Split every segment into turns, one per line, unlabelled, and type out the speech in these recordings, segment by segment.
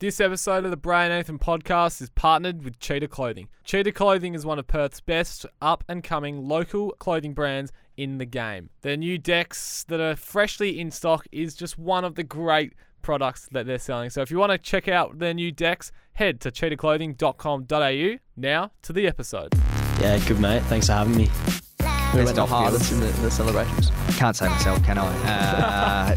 This episode of the Brian Nathan podcast is partnered with Cheetah Clothing. Cheetah Clothing is one of Perth's best up and coming local clothing brands in the game. Their new decks that are freshly in stock is just one of the great products that they're selling. So if you want to check out their new decks, head to cheetahclothing.com.au. Now to the episode.
Yeah, good mate. Thanks for having me.
We
It's
went the
tough, yeah.
hardest in the, the celebrations.
Can't say myself, can I? Uh,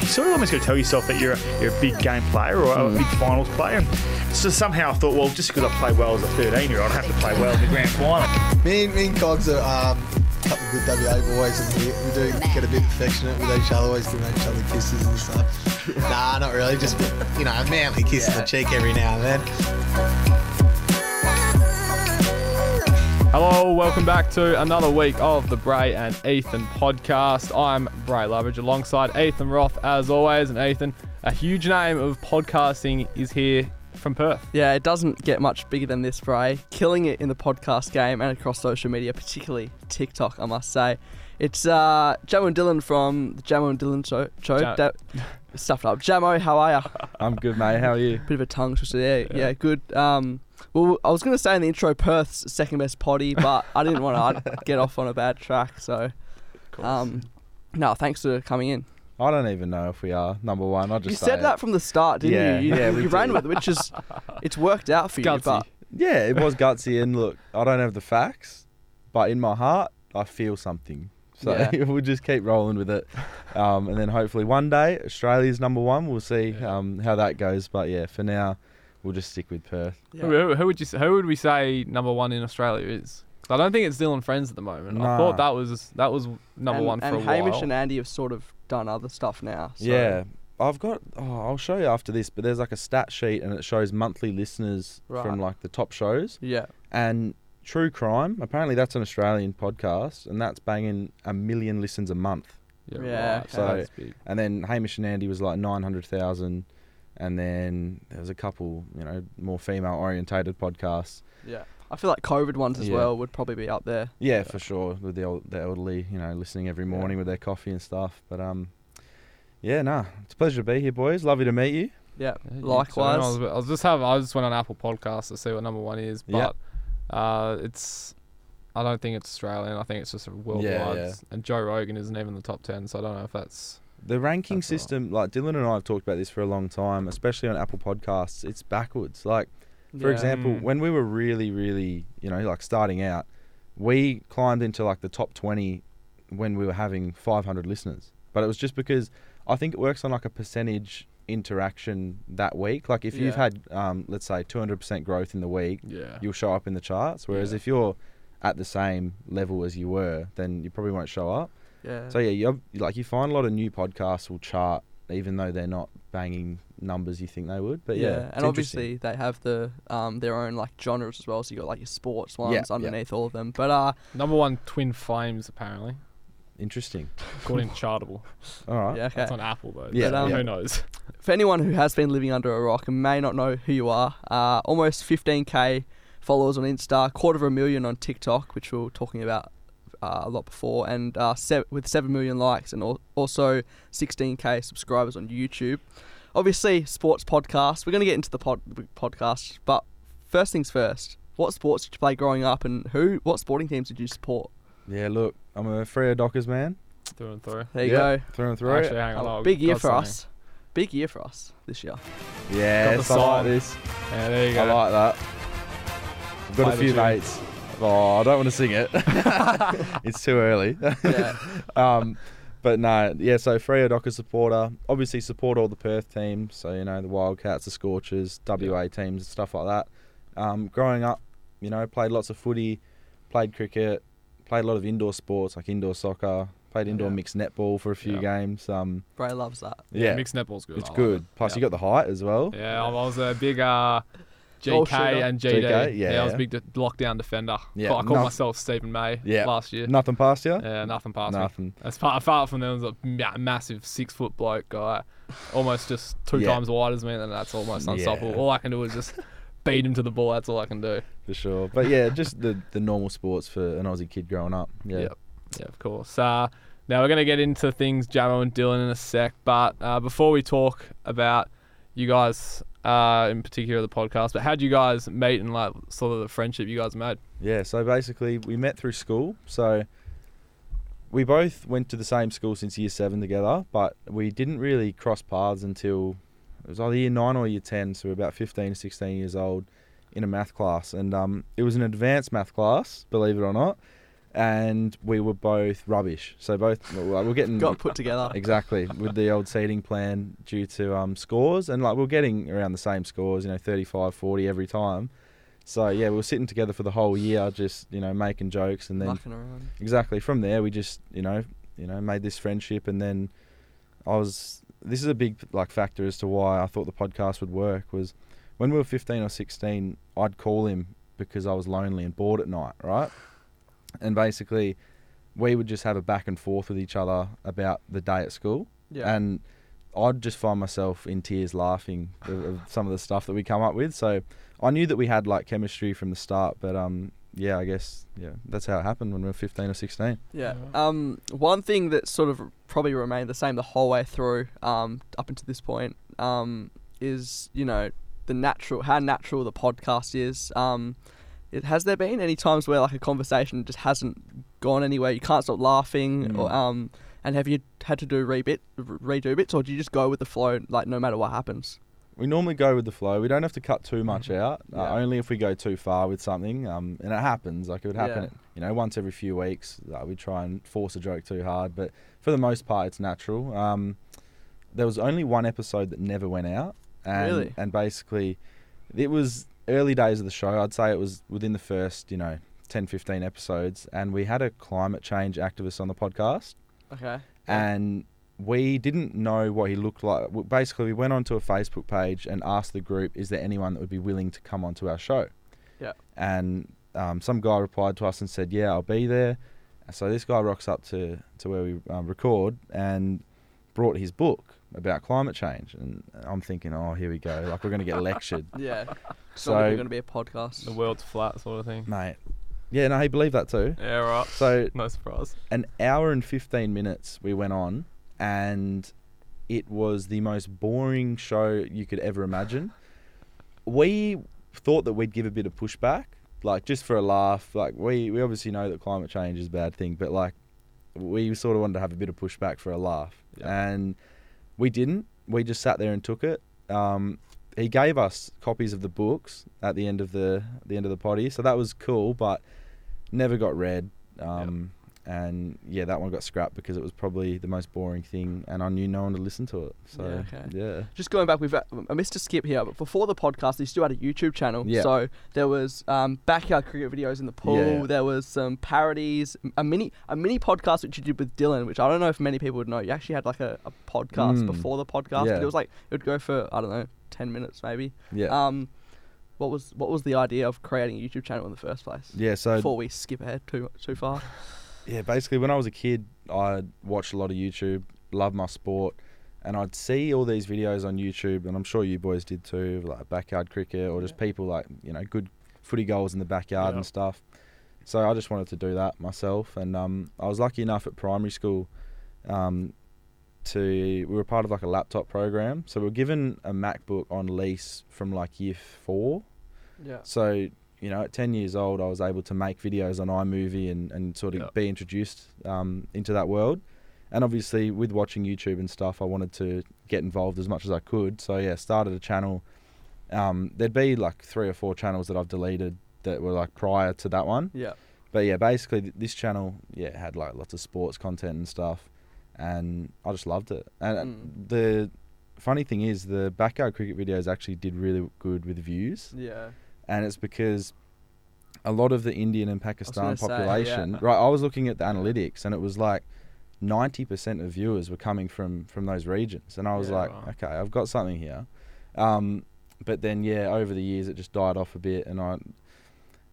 you sort of almost got to tell yourself that you're a, you're a big game player or a big finals player. And so somehow I thought, well, just because I play well as a 13 year old, I have to play well in the grand final.
Me and, me and Cogs are um, a couple of good WA boys, and we, we do get a bit affectionate with each other, always giving each other kisses and stuff. nah, not really, just you know, a manly kiss on the cheek every now and then.
Hello, welcome back to another week of the Bray and Ethan podcast. I'm Bray Lovage alongside Ethan Roth as always. And Ethan, a huge name of podcasting is here from Perth.
Yeah, it doesn't get much bigger than this, Bray. Killing it in the podcast game and across social media, particularly TikTok, I must say. It's uh, Jamo and Dylan from the Jamo and Dylan show. show
Ja-
that, stuffed up. Jamo, how are ya?
I'm good, mate. How are you?
Bit of a tongue twister there. Yeah, good. Um, well, I was going to say in the intro, Perth's second best potty, but I didn't want to get off on a bad track. So, um, no, thanks for coming in.
I don't even know if we are number one. I just
You
say
said
it.
that from the start, didn't
Yeah,
you? You,
yeah,
you,
we
you ran
did.
with it, which is, it's worked out for you.
Gutsy.
But
Yeah, it was gutsy. And look, I don't have the facts, but in my heart, I feel something. So
Yeah.
we'll just keep rolling with it, um, and then hopefully one day Australia's number one. We'll see um, how that goes. But yeah, for now, we'll just stick with Perth.
Yeah.
Who, who would you who would we say number one in Australia is? 'Cause I don't think it's Dylan Friends at the moment. I
Nah.
thought that was that was number
and,
one for
and
a
Hamish
while.
and Andy have sort of done other stuff now. So.
Yeah, I've got. Oh, I'll show you after this. But there's like a stat sheet, and it shows monthly listeners
Right.
from like the top shows.
Yeah.
and true crime apparently that's an australian podcast and that's banging a million listens a month
Yeah,
right,
so-
that's big.
and then hamish and andy was like 900000 and then there was a couple you know more female orientated podcasts
Yeah. I feel like COVID ones as
Yeah.
well would probably be up there.
yeah, for sure with the, el- the elderly you know listening every morning with their coffee and stuff but um yeah nah it's a pleasure to be here boys lovely to meet you
Yeah.
Yeah, you- so
Likewise.
I was, I was just have I just went on Apple Podcasts to see what number one is,
Yeah.
but uh, it's I don't think it's Australian. I think it's just a worldwide.
yeah.
And Joe Rogan isn't even in the top ten, so I don't know if that's
the ranking
That's all right.
system like dylan and i have talked about this for a long time especially on apple podcasts it's backwards like For
Yeah.
example,
Mm.
when we were really, really, you know, like starting out, we climbed into like the top 20 when we were having 500 listeners. But it was just because I think it works on like a percentage interaction that week. Like if you've
Yeah.
had, um, let's say, 200% growth in the week,
yeah.
you'll show up in the charts. Whereas
Yeah.
if you're at the same level as you were, then you probably won't show up.
Yeah.
So yeah, you like you find a lot of new podcasts will chart, even though they're not banging numbers you think they would. But yeah, it's
and
interesting.
obviously they have the um their own like genres as well. So you got like your sports ones
yeah.
underneath all of them. But uh,
number one Twin Flames apparently
interesting.
according to Chartable.
All right.
yeah, okay.
That's on Apple though.
Yeah,
so
But, um,
who knows?
for anyone who has been living under a rock and may not know who you are, uh, almost 15k followers on Insta, quarter of a million on TikTok, which we were talking about uh, a lot before, and uh, se- with 7 million likes and al- also 16k subscribers on YouTube. Obviously, sports podcast. We're going to get into the pod- podcast, but first things first. What sports did you play growing up, and who? What sporting teams did you support?
Yeah, look, I'm a Freo Dockers man,
Through and through.
There you
Yeah. through and through.
Actually, hang
go.
on. I'll-
Big year
got
for
something.
us. Big year for us this year.
Got the
yes, I
song.
like this.
Yeah, there you
I
go.
like that. I've got
Play
a
the
few
tune.
mates. Oh, I don't want to sing it. it's too early.
Yeah.
um, but no, yeah. So Freo Dockers supporter, obviously support all the Perth teams. So you know the Wildcats, the Scorchers, WA teams, and stuff like that. Um, growing up, you know, played lots of footy, played cricket, played a lot of indoor sports like indoor soccer, played indoor
Yeah.
mixed netball for a few
Yeah.
games. Um,
Bray loves that.
yeah,
Mixed netball's good. I
It's
like
good. Plus, you got the height as well.
it. Yeah, I was a big uh, GK
Oh, shit, I-
and GD.
GK,
I was a
yeah.
big de- lockdown defender.
Yeah,
I called
noth-
myself Stephen May
Yeah.
last year.
Nothing past you.
Yeah, nothing past me.
Nothing.
As far apart from them, was a ma- massive six foot bloke guy, almost just two
Yeah.
times wide as me, and that's almost
Yeah.
unstoppable. All I can do is just beat him to the ball. That's all I can do.
for sure. But yeah, just the the normal sports for an Aussie kid growing up. Yeah.
Yep. Yeah, of course. Uh, now we're going to get into things, Jamo and Dylan, in a sec. But uh, before we talk about you guys, uh, in particular the podcast, but how would you guys meet and like sort of the friendship you guys made?
Yeah, so basically we met through school. So we both went to the same school since year seven together, but we didn't really cross paths until it was either year nine or year 10. So we were about 15, 16 years old in a math class. And um, it was an advanced math class, believe it or not. And we were both rubbish. So both, well, like, we're getting.
Mm.
Got put together.
Exactly, with the old seating plan due to um, scores. And like we we're getting around the same scores, you know, 35, 40 every time. So yeah, we were sitting together for the whole year, just you know, making jokes, and then
Mucking around.
exactly from there we just you know you know made this friendship, and then I was this is a big like factor as to why I thought the podcast would work was when we were 15 or 16, I'd call him because I was lonely and bored at night, right? And basically, we would just have a back and forth with each other about the day at school.
Yeah.
And I'd just find myself in tears laughing of, of some of the stuff that we come up with. So I knew that we had like chemistry from the start, but um, yeah, I guess yeah, that's how it happened when we were 15 or 16.
Yeah. Um, one thing that sort of probably remained the same the whole way through, um, up until this point, um, is you know the natural how natural the podcast is. Um, it, has there been any times where like a conversation just hasn't gone anywhere? You can't stop laughing,
Mm.
or um, and have you had to do rebit, redo bits, or do you just go with the flow like no matter what happens?
We normally go with the flow. We don't have to cut too much out.
Mm-hmm. Yeah.
Uh, only if we go too far with something, um, and it happens. Like it would happen,
Yeah.
you know, once every few weeks. Uh, we try and force a joke too hard, but for the most part, it's natural. Um, there was only one episode that never went out, and
Really?
and basically, it was early days of the show. I'd say it was within the first, you know, 10, 15 episodes, and we had a climate change activist on the podcast
Okay.
and we didn't know what he looked like. W- Basically, we went onto a Facebook page and asked the group, "Is there anyone that would be willing to come onto our show?"
Yeah.
And um, some guy replied to us and said, "Yeah, I'll be there." So this guy rocks up to to where we um, record and brought his book about climate change, and I'm thinking, "Oh, here we go! Like we're gonna get lectured."
Yeah.
So-
So going to be a podcast.
The world's flat sort of thing.
Mate, yeah, no, he believed that too.
Yeah, right.
So
No surprise.
an hour and 15 minutes we went on and it was the most boring show you could ever imagine we thought that we'd give a bit of pushback like just for a laugh like we, we obviously know that climate change is a bad thing but like we sort of wanted to have a bit of pushback for a laugh and we didn't we just sat there and took it um, he gave us copies of the books at the end of the the end of the potty so that was cool but never got read um, and yeah, that one got scrapped because it was probably the most boring thing, and I knew no one to listen to it. So
Yeah, okay.
yeah.
just going back, we've uh, I missed a skip here, but before the podcast, they still had a YouTube channel.
Yeah.
So there was um, backyard cricket videos in the pool.
Yeah.
There was some parodies, a mini a mini podcast which you did with Dylan, which I don't know if many people would know. You actually had like a, a podcast
Mm.
before the podcast.
Yeah.
But it was like it would go for I don't know ten minutes maybe.
Yeah.
Um, what was what was the idea of creating a YouTube channel in the first place?
yeah. So
Before we skip ahead too too far.
yeah, basically, when I was a kid, I watched a lot of YouTube, loved my sport, and I'd see all these videos on YouTube, and I'm sure you boys did too, of, like backyard cricket or just people like you know good footy goals in the backyard
Yeah.
and stuff. So I just wanted to do that myself, and um, I was lucky enough at primary school um, to we were part of like a laptop program, so we were given a MacBook on lease from like year four
Yeah.
so, you know, at 10 years old, I was able to make videos on iMovie and, and sort of
Yeah.
be introduced um, into that world. And obviously, with watching YouTube and stuff, I wanted to get involved as much as I could. So, yeah, started a channel. Um, there'd be like three or four channels that I've deleted that were like prior to that one.
Yeah.
But yeah, basically, th- this channel, yeah, it had like lots of sports content and stuff. And I just loved it. And uh,
Mm.
the funny thing is, the backyard cricket videos actually did really good with views
Yeah.
and it's because a lot of the Indian and Pakistan
gonna say,
population,
yeah.
right? I was looking at the analytics, and it was like ninety percent of viewers were coming from from those regions, and I was
Yeah,
like,
wow.
okay, I've got something here. Um, but then, yeah, over the years, it just died off a bit, and I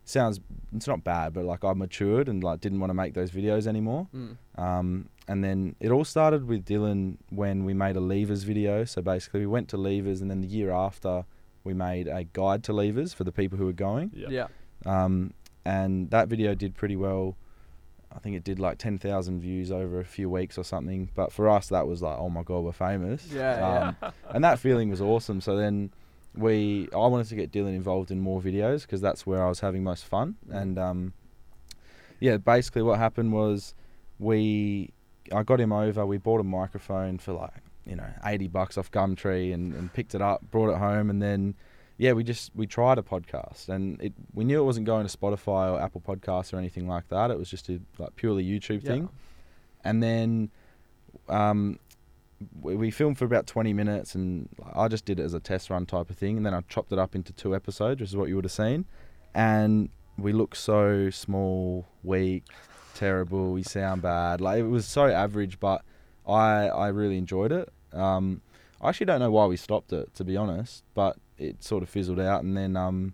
sounds it's not bad, but like I matured and like didn't want to make those videos anymore.
Mm.
Um, and then it all started with Dylan when we made a levers video. So basically, we went to levers, and then the year after, we made a guide to levers for the people who were going.
Yeah.
Yeah.
Um, and that video did pretty well. I think it did like ten thousand views over a few weeks or something. But for us, that was like, oh my god, we're famous.
Yeah,
Um, and that feeling was awesome. So then we, I wanted to get Dylan involved in more videos because that's where I was having most fun.
Mm.
And um, yeah, basically what happened was we, I got him over. We bought a microphone for like you know eighty bucks off Gumtree and, and picked it up, brought it home, and then. Yeah, we just we tried a podcast, and it we knew it wasn't going to Spotify or Apple Podcasts or anything like that. It was just a like purely YouTube
Yeah.
thing, and then um, we, we filmed for about 20 minutes and like, I just did it as a test run type of thing and then I chopped it up into two episodes which is what you would have seen and we look so small weak terrible we sound bad like it was so average but I I really enjoyed it um, I actually don't know why we stopped it to be honest but it sort of fizzled out and then um,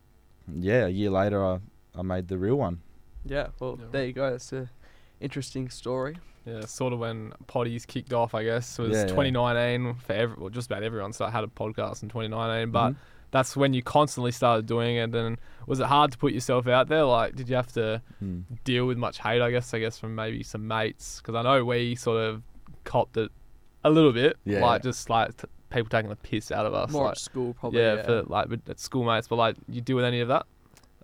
yeah a year later I, I made the real one
yeah. Well,
Yeah.
there you go. That's a interesting story.
Yeah, sort of when potties kicked off, I guess, was
Yeah, yeah.
2019 for every, well, just about everyone. So I had a podcast in 2019, but
Mm-hmm.
that's when you constantly started doing it. And was it hard to put yourself out there? Like, did you have to
Hmm.
deal with much hate? I guess, I guess from maybe some mates, because I know we sort of copped it a little bit,
Yeah,
like
yeah.
just like t- people taking the piss out of us,
More
like,
at school, probably.
yeah, for like with- at schoolmates. But like, you deal with any of that?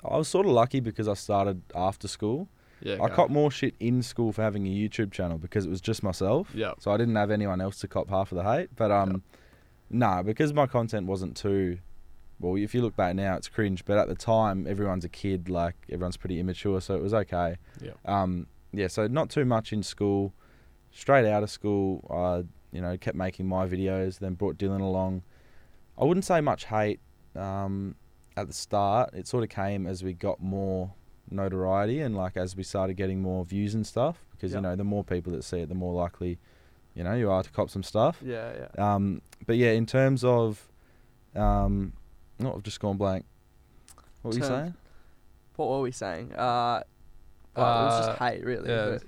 I was sort of lucky because I started after school
Yeah,
I
okay.
caught more shit in school for having a YouTube channel because it was just myself.
Yeah.
So I didn't have anyone else to cop half of the hate. But um, nah, because my content wasn't too. Well, if you look back now, it's cringe. But at the time, everyone's a kid. Like everyone's pretty immature, so it was okay.
Yeah.
Um. Yeah. So not too much in school. Straight out of school, I you know kept making my videos. Then brought Dylan along. I wouldn't say much hate. Um, at the start, it sort of came as we got more notoriety and like as we started getting more views and stuff because
Yeah.
you know the more people that see it the more likely you know you are to cop some stuff
yeah, yeah.
um but yeah in terms of um no i've just gone blank what were you
Terms-
saying
What were we saying? Uh, oh, it was just
Uh,
hate, really.
yeah.
but,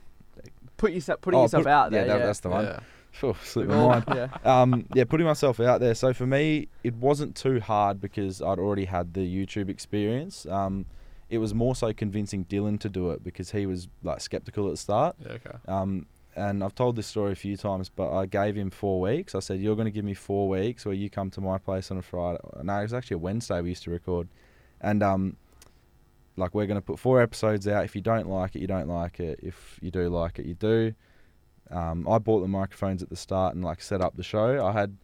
like, Put yourself, putting
Oh,
yourself
put-
out there.
yeah,
Yeah,
that- that's the one
Yeah.
Phew, slipped
We've
my
all-
mind
yeah.
um, yeah, putting myself out there. So for me, it wasn't too hard because I'd already had the YouTube experience. Um, it was more so convincing Dylan to do it because he was like skeptical at the start.
Yeah, okay.
Um, and I've told this story a few times, but I gave him four weeks. I said, "You're going to give me four weeks, where you come to my place on a Friday." Uh, No, it was actually a Wednesday we used to record, and um, like we're going to put four episodes out. If you don't like it, you don't like it. If you do like it, you do. Um, I bought the microphones at the start and like set up the show. I had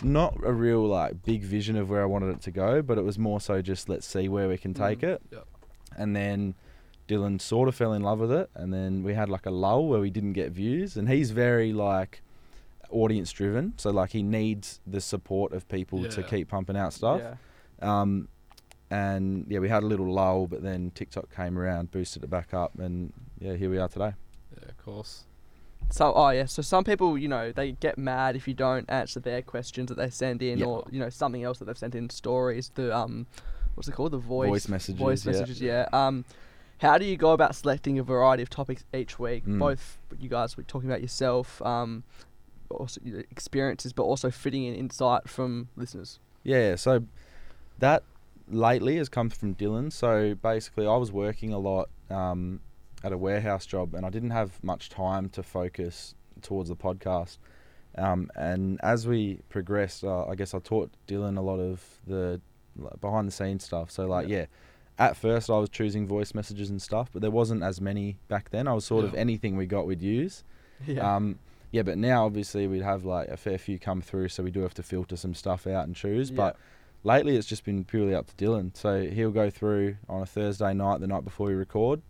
not a real like big vision of where I wanted it to go, but it was more so just let's see where we can take it.
Mm-hmm. yep.
And then Dylan sort of fell in love with it, and then we had like a lull where we didn't get views, and he's very like audience driven, so like he needs the support of people to
Yeah.
keep pumping out stuff. Um, and yeah, we had a little lull, but then TikTok came around, boosted it back up, and yeah, here we are today.
Yeah, of course.
So, oh yeah. So some people, you know, they get mad if you don't answer their questions that they send in,
Yeah.
or you know, something else that they've sent in stories. The um, what's it called? The voice
Voice messages,
Voice
yeah.
messages. Yeah. Um, how do you go about selecting a variety of topics each week?
Mm.
Both you guys were talking about yourself, um, also your experiences, but also fitting in insight from listeners.
Yeah, so that lately has come from Dylan. So basically, I was working a lot um, at a warehouse job, and I didn't have much time to focus towards the podcast. Um, and as we progressed, uh, I guess I taught Dylan a lot of the like, behind the scenes stuff. So like, yeah. At first, I was choosing voice messages and stuff, but there wasn't as many back then. I was sort of
Yeah.
anything we got, we'd use.
Yeah.
Um, yeah, but now obviously we'd have like a fair few come through, so we do have to filter some stuff out and choose.
Yeah.
But lately it's just been purely up to Dylan. So he'll go through on a Thursday night, the night before we record,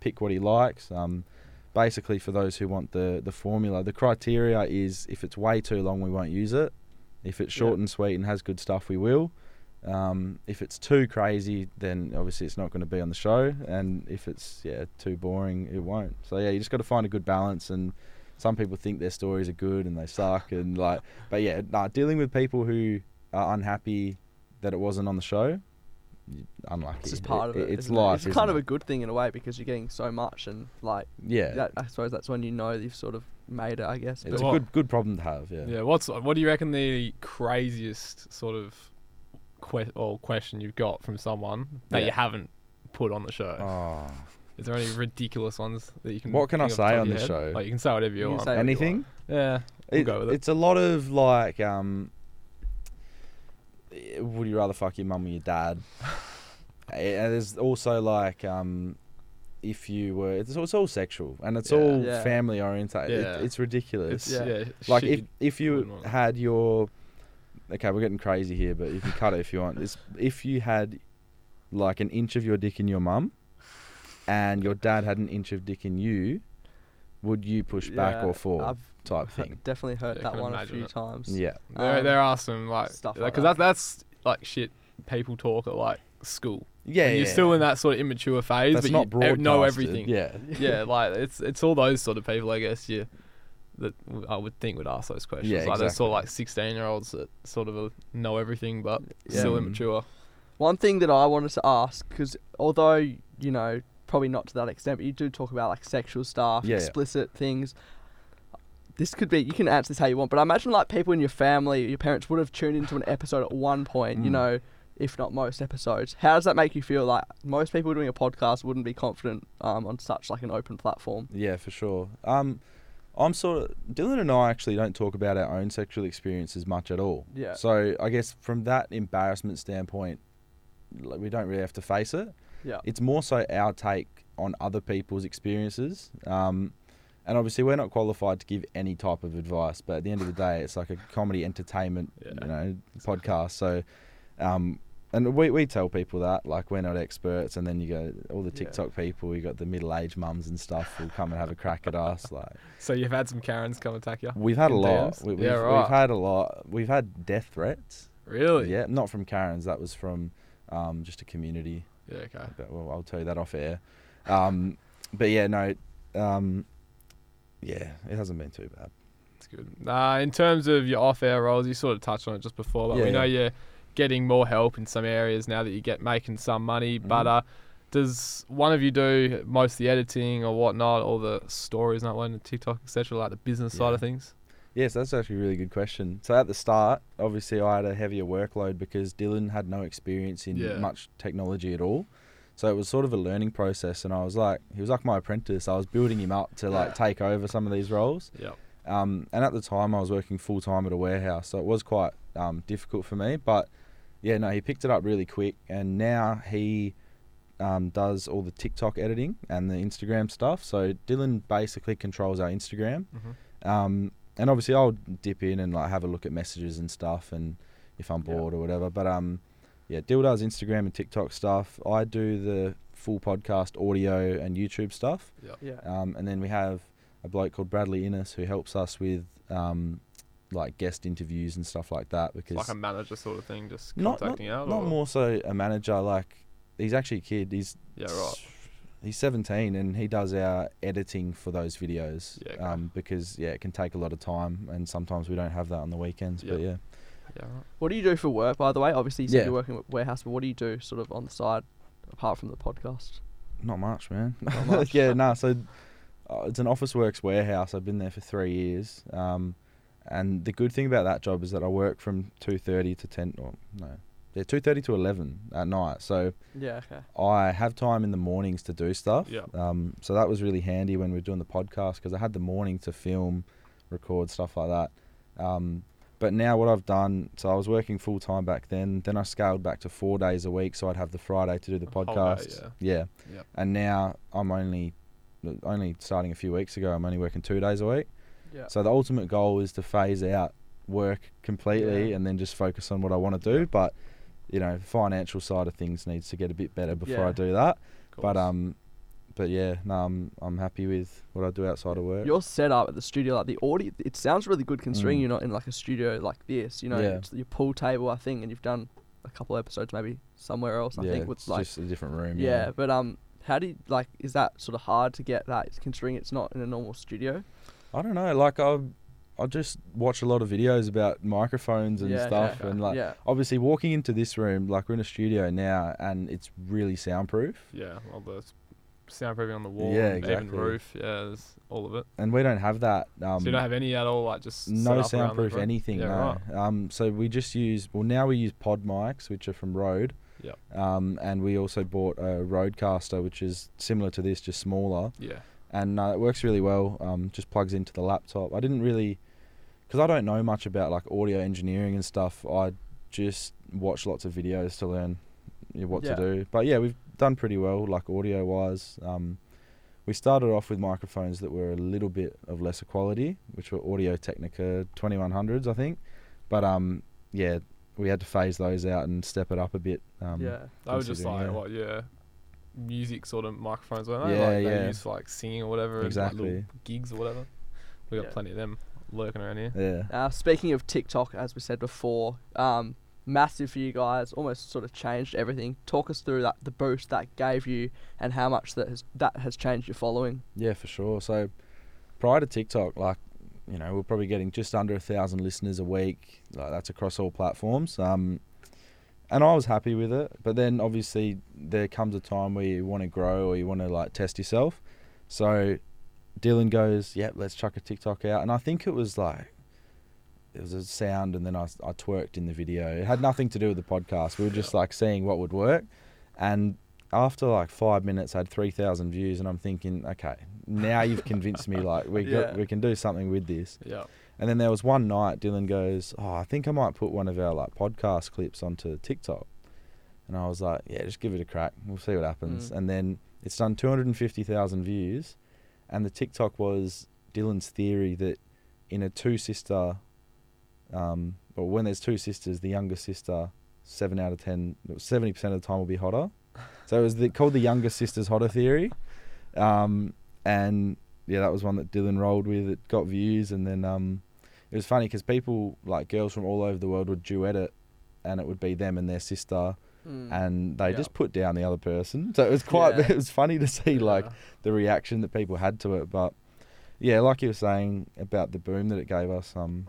pick what he likes. Um, basically, for those who want the the formula, the criteria is if it's way too long, we won't use it. If it's short
Yeah.
and sweet and has good stuff, we will. Um, if it's too crazy, then obviously it's not going to be on the show. And if it's yeah too boring, it won't. So yeah, you just got to find a good balance. And some people think their stories are good and they suck. And like, but yeah, nah, dealing with people who are unhappy that it wasn't on the show, you- unlucky.
it's just part of it.
It's
isn't
life.
It's kind of
isn't
a
it?
good thing in a way because you're getting so much, and like,
yeah.
that, I suppose that's when you know that you've sort of made it. I guess. but-
it's a
Well-
good good problem to have. Yeah.
Yeah, what's what do you reckon the craziest sort of que- or question you've got from someone that
Yeah.
you haven't put on the show?
Oh,
Is there any ridiculous ones that you can?
What can I
think of off the
say
top
on
of your
this
head?
show?
Like you can say whatever you,
You can
want.
say-
Anything?
yeah, we'll
It-
go with it.
It's a lot of like, um, eh, would you rather fuck your mum or your dad? Eh, and there's also like, um, if you were, it's, it's all sexual and it's
Yeah.
all
Yeah.
family oriented.
Yeah.
It, it's ridiculous.
It's yeah,
Yeah.
like
shit
if
you-
if
wouldn't
you
want.
had your, okay, we're getting crazy here, but you can cut it if you want. It's if you had, like, an inch of your dick in your mum, and your dad had an inch of dick in you, would you push back
Yeah,
or forward
I've
type
he-
thing?
definitely heard
Yeah, I
that
can
one a
imagine
few
it.
times.
Yeah.
there,
Um,
there are some like
stuff
stuff
like
because
that.
that. that's like shit people talk at like school.
Yeah,
And you're
yeah.
still in that sort of immature phase,
That's
but
not
you e-
broadcasted.
know everything.
Yeah,
yeah, like it's it's all those sort of people, I guess. Yeah, that w- I would think would ask those questions.
Yeah,
like those sort
exactly.
of like sixteen-year-olds that sort of uh, know everything but
Yeah.
still
Mm.
immature.
One thing that I wanted to ask, because although you know probably not to that extent, but you do talk about like sexual stuff,
Yeah, yeah.
explicit things. This could be you can answer this how you want, but I imagine like people in your family, your parents would have tuned into an episode at one point, you
Mm.
know, if not most episodes. How does that make you feel? Like most people doing a podcast wouldn't be confident um, on such like an open platform.
yeah, for sure. Um, I'm sort of Dylan and I actually don't talk about our own sexual experiences much at all.
Yeah.
So I guess from that embarrassment standpoint, like we don't really have to face it.
Yeah.
It's more so our take on other people's experiences. Um, and obviously we're not qualified to give any type of advice, but at the end of the day, it's like a comedy entertainment,
Yeah.
you know, podcast. So, um, and we, we tell people that like we're not experts, and then you go all the
Yeah.
TikTok people, you got the middle aged mums and stuff will come and have a crack at us. Like
So you've had some Karens come attack you.
we've had a
In
lot,
DMs?
we, we've,
Yeah, right.
we've had a lot, we've had death threats.
Really?
Yeah, not from Karen's. That was from um, just a community.
Yeah. Okay.
But well, I'll tell you that off air. Um, but yeah, no, um, yeah, it hasn't been too bad.
That's good. Uh, in terms of your off-air roles, you sort of touched on it just before, but
Yeah,
we know
yeah.
you're getting more help in some areas now that you get making some money.
Mm-hmm.
But uh, does one of you do most of the editing or whatnot, all the stories, not one TikTok, etc., like the business side
Yeah.
of things?
Yes, that's actually a really good question. So at the start, obviously, I had a heavier workload because Dylan had no experience in
Yeah.
much technology at all. So it was sort of a learning process, and I was like, he was like my apprentice. I was building him up to like take over some of these roles.
Yeah.
Um, and at the time, I was working full time at a warehouse, so it was quite um, difficult for me. But yeah, no, he picked it up really quick, and now he um, does all the TikTok editing and the Instagram stuff. So Dylan basically controls our Instagram, um, and obviously I'll dip in and like have a look at messages and stuff, and if I'm
Yeah.
bored or whatever. But um, yeah, Dill does Instagram and TikTok stuff. I do the full podcast audio and YouTube stuff.
Yeah.
Um, and then we have a bloke called Bradley Innes who helps us with um, like guest interviews and stuff like that because
Like a manager sort of thing, just
not not,
contacting out.
not
or?
more so a manager like he's actually a kid he's
Yeah. Right.
he's 17 and he does our editing for those videos
Yeah, okay.
um, because yeah it can take a lot of time and sometimes we don't have that on the weekends but
Yeah.
yeah
Yeah. Right.
What do you do for work, by the way? Obviously, you said
Yeah.
you're working at warehouse, but what do you do sort of on the side apart from the podcast?
not much man
Not much.
yeah no so uh, it's an office works warehouse i've been there for three years um, and the good thing about that job is that i work from 2.30 to 10 or no yeah 2.30 to 11 at night so
Yeah. Okay.
i have time in the mornings to do stuff
Yeah.
um, so that was really handy when we were doing the podcast because i had the morning to film record stuff like that um, but now what i've done so i was working full time back then then i scaled back to four days a week so i'd have the friday to do the
whole day,
podcast yeah
Yeah.
and now I'm only only starting a few weeks ago. I'm only working two days a week.
Yeah.
So the ultimate goal is to phase out work completely
Yeah.
and then just focus on what I want to do. But you know, financial side of things needs to get a bit better before
Yeah.
I do that.
Cool.
But um, but yeah, no, I'm I'm happy with what I do outside of work.
Your setup at the studio, like the audio, it sounds really good considering
Mm.
you're not in like a studio like this. You know,
Yeah.
it's your pool table, I think, and you've done a couple episodes maybe somewhere else. I
yeah,
think with
it's
like
just a different room.
yeah, but um, how do you like? Is that sort of hard to get that considering it's not in a normal studio?
I don't know. Like I, I just watch a lot of videos about microphones and
Yeah, okay.
stuff, and like
yeah.
obviously walking into this room, like we're in a studio now, and it's really soundproof.
Yeah. All the s- soundproofing on the wall.
Yeah,
Yeah. Exactly.
exactly.
Even roof. Yeah. There's all of it.
and we don't have that. Um,
so you don't have any at all, like just
no
set up around the
soundproof
room?
anything.
Yeah,
no.
right.
Um, so we just use. Well, now we use pod mics, which are from Rode,
Yep.
Um, and we also bought a Roadcaster, which is similar to this, just smaller
Yeah.
and uh, it works really well. Um, just plugs into the laptop. I didn't really, because I don't know much about like audio engineering and stuff. I just watch lots of videos to learn you know, what
Yeah.
to do. But yeah, we've done pretty well, like audio wise. Um, we started off with microphones that were a little bit of lesser quality, which were Audio Technica 2100s, I think. But um, yeah, we had to phase those out and step it up a bit. Um,
yeah.
They were just
considering,
like
yeah.
what, yeah, music sort of microphones, weren't they?
Yeah,
like They
yeah.
use for, like singing or whatever, and like,
Exactly.
little gigs or whatever. We got
Yeah.
plenty of them lurking around here.
Yeah.
Uh, speaking of TikTok, as we said before, um, massive for you guys, almost sort of changed everything. Talk us through that the boost that gave you and how much that has that has changed your following.
Yeah, for sure. So prior to TikTok, like you know, we're probably getting just under a thousand listeners a week. Like that's across all platforms. Um, and I was happy with it. But then obviously there comes a time where you want to grow or you want to like test yourself. So Dylan goes, "Yep, let's chuck a TikTok out." And I think it was like. It was a sound, and then I, I twerked in the video. It had nothing to do with the podcast. We were just like seeing what would work, and after like five minutes, I had three thousand views, and I'm thinking, okay, now you've convinced me. Like we
Yeah.
got, we can do something with this.
Yeah.
And then there was one night, Dylan goes, oh, I think I might put one of our like podcast clips onto TikTok, and I was like, yeah, just give it a crack. We'll see what happens.
Mm.
And then it's done two hundred and fifty thousand views, and the TikTok was Dylan's theory that in a two sister, um, or when there's two sisters, the younger sister, seven out of ten, seventy percent of the time will be hotter. So it was the, called the younger sister's hotter theory, um, and yeah, that was one that Dylan rolled with. It got views, and then um, it was funny because people like girls from all over the world would duet it, and it would be them and their sister,
Mm.
and they
Yeah.
just put down the other person. So it was quite
Yeah.
it was funny to see like the reaction that people had to it. But yeah, like you were saying about the boom that it gave us, um,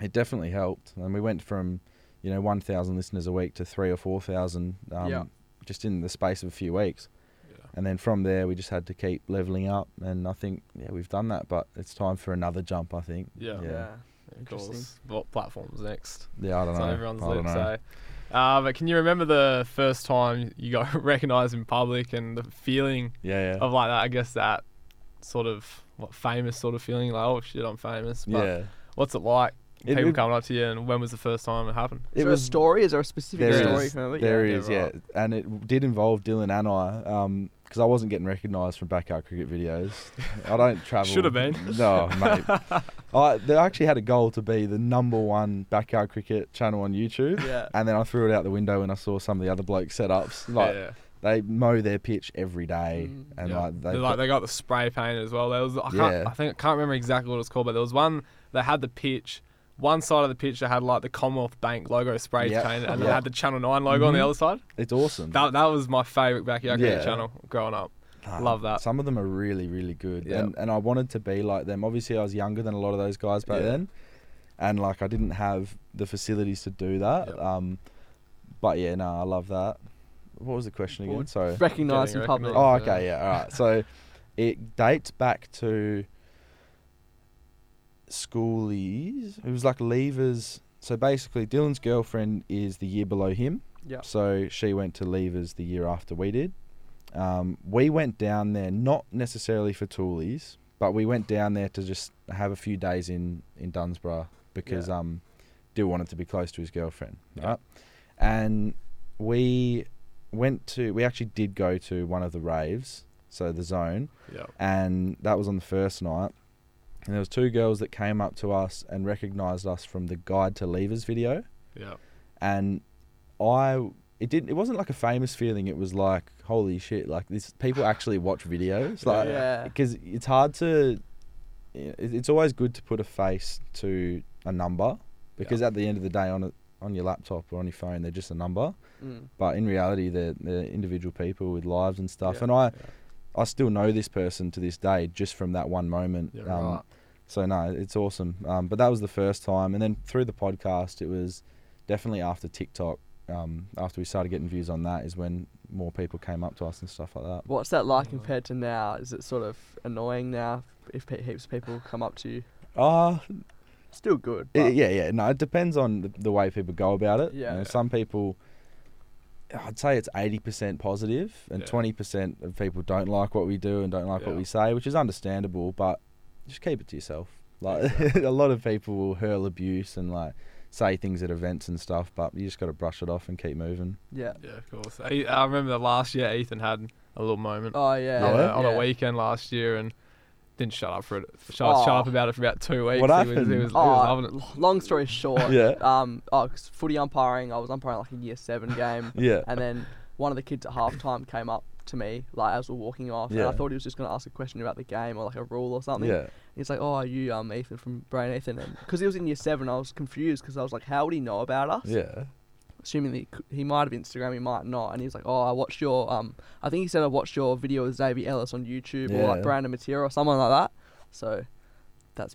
it definitely helped. And we went from you know one thousand listeners a week to three or four thousand, um,
Yeah.
just in the space of a few weeks.
Yeah.
And then from there, we just had to keep leveling up. And I think yeah, we've done that, but it's time for another jump. I think.
Yeah.
Yeah.
Of
Interesting.
course. What platform's next?
Yeah, I don't
It's
know.
on everyone's
I don't
lips,
know.
eh? Uh, but can you remember the first time you got recognised in public and the feeling
Yeah, yeah.
of like that? I guess that sort of what famous sort of feeling, like oh shit, I'm famous. But
yeah.
What's it like?
It-
People
it-
coming up to you, and when was the first time it happened?
Is there a story? Is there a specific
There
story?
is,
can I look?
There
Yeah.
is,
Yeah,
yeah,
right.
and it did involve Dylan and I, because I wasn't getting recognised from backyard cricket videos. I don't travel.
Should have been.
No, mate. I they actually had a goal to be the number one backyard cricket channel on YouTube,
Yeah.
and then I threw it out the window when I saw some of the other bloke setups. Like
yeah.
they mow their pitch every day,
Mm.
and
Yeah.
like
They
they.
like they got the spray paint as well. There was I can't
Yeah.
I think I can't remember exactly what it was called, but there was one that had the pitch. One side of the pitch that had like the Commonwealth Bank logo spray
Yeah.
painted, and it
Yeah.
had the Channel Nine logo on the
Mhm.
other side.
it's awesome.
That that was my favourite backyard cricket
Yeah.
channel growing up.
Ah,
Love that.
Some of them are really, really good.
Yeah.
And and I wanted to be like them. Obviously I was younger than a lot of those guys back
Yeah.
then. And like I didn't have the facilities to do that.
Yep.
Um but yeah, no, I love that. What was the question
What
again? Sorry.
Recognized
Getting
in public.
recognised.
Oh,
Yeah.
okay, yeah, all right. So it dates back to schoolies. It was like levers. So basically, Dylan's girlfriend is the year below him.
Yeah.
So she went to levers the year after we did. Um, we went down there not necessarily for toolies, but we went down there to just have a few days in in Dunsborough because um, Dill wanted to be close to his girlfriend,
Yeah.
right? And we went to we actually did go to one of the raves, so the zone,
Yeah.
and that was on the first night. And there was two girls that came up to us and recognised us from the Guide to Levers video,
Yeah.
and I it didn't it wasn't like a famous feeling. It was like holy shit, like this people actually watch videos, like
Yeah.
because it's hard to it- it's always good to put a face to a number because at the end of the day on a, on your laptop or on your phone they're just a number
Mm.
but in reality they're, they're individual people with lives and stuff
Yeah.
and i i still know this person to this day just from that one moment
Yeah,
um,
right.
so no it's awesome um, but that was the first time and then through the podcast it was definitely after tiktok um, after we started getting views on that is when more people came up to us and stuff like that
What's that like compared to now? Is it sort of annoying now if pe- heaps of people come up to you?
ah
Still good.
I-
but-
yeah, yeah. No, it depends on the, the way people go about it. You
Yeah.
know, some people, I'd say it's eighty percent positive, and
Yeah.
twenty percent of people don't like what we do and don't like
Yeah.
what we say, which is understandable. But just keep it to yourself. Like a lot of people will hurl abuse and like say things at events and stuff, but you just got to brush it off and keep moving.
Yeah.
Yeah, of course. I, I remember that last year Ethan had a little moment
Oh yeah.
on, a,
yeah.
on a weekend last year and didn't shut up for it. Shut, shut up
Oh.
about it for about two weeks.
What
he, Was, he,
happened?
was, he was loving it.
Oh, long story short,
Yeah.
um, oh, 'cause footy umpiring, I was umpiring like a year seven game,
Yeah.
and then one of the kids at halftime came up to me like as we are walking off, and
Yeah.
I thought he was just gonna ask a question about the game or like a rule or something.
Yeah.
He's like, "Oh, are you um Ethan from Brain Ethan?" Because he was in year seven, I was confused because I was like, "How would he know about us?"
Yeah.
Assuming that he, c- he might have Instagram, he might not. And he was like, "Oh, I watched your um, I think he said I watched your video with Xavier Ellis on YouTube or like
Yeah.
Brandon Matera or someone like that." So that's,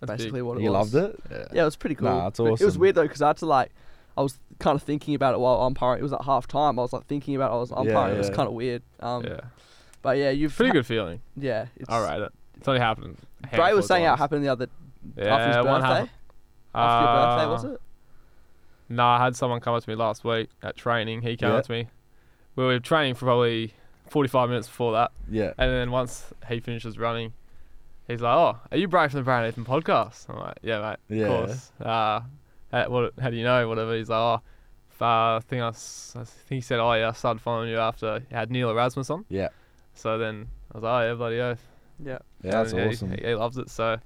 That's big.
basically what it
You
was.
loved it.
Yeah, it was pretty cool.
Nah, it's
But It was
awesome.
weird though because I had to like, I was kind of thinking about it while umpiring. It was at half time. I was like thinking about it. I was umpiring. It was
yeah.
kind of weird. Um,
yeah.
but yeah, you've
Pretty
ha-
good feeling.
Yeah, it's
All right. It's only happened. a
Bray
handful
was
of
saying how it
times.
happened the other
Yeah,
after his
one
birthday.
happened.
After your
Uh,
birthday, was it?
No, I had someone come up to me last week at training. He came
Yeah.
up to me. We were training for probably 45 minutes before that.
Yeah.
And then once he finishes running, he's like, "Oh, are you Brian from the Brian Nathan podcast?" I'm like, "Yeah, mate.
Yeah.
Of course. Uh, how, what, how do you know? Whatever." He's like, "Oh, uh, I think I, s- I think he said, oh yeah, I started following you after you had Neil Erasmus on."
Yeah.
So then I was like, "Oh yeah, bloody oath."
Yeah.
Yeah, that's
And he-
awesome.
He, he loves it. So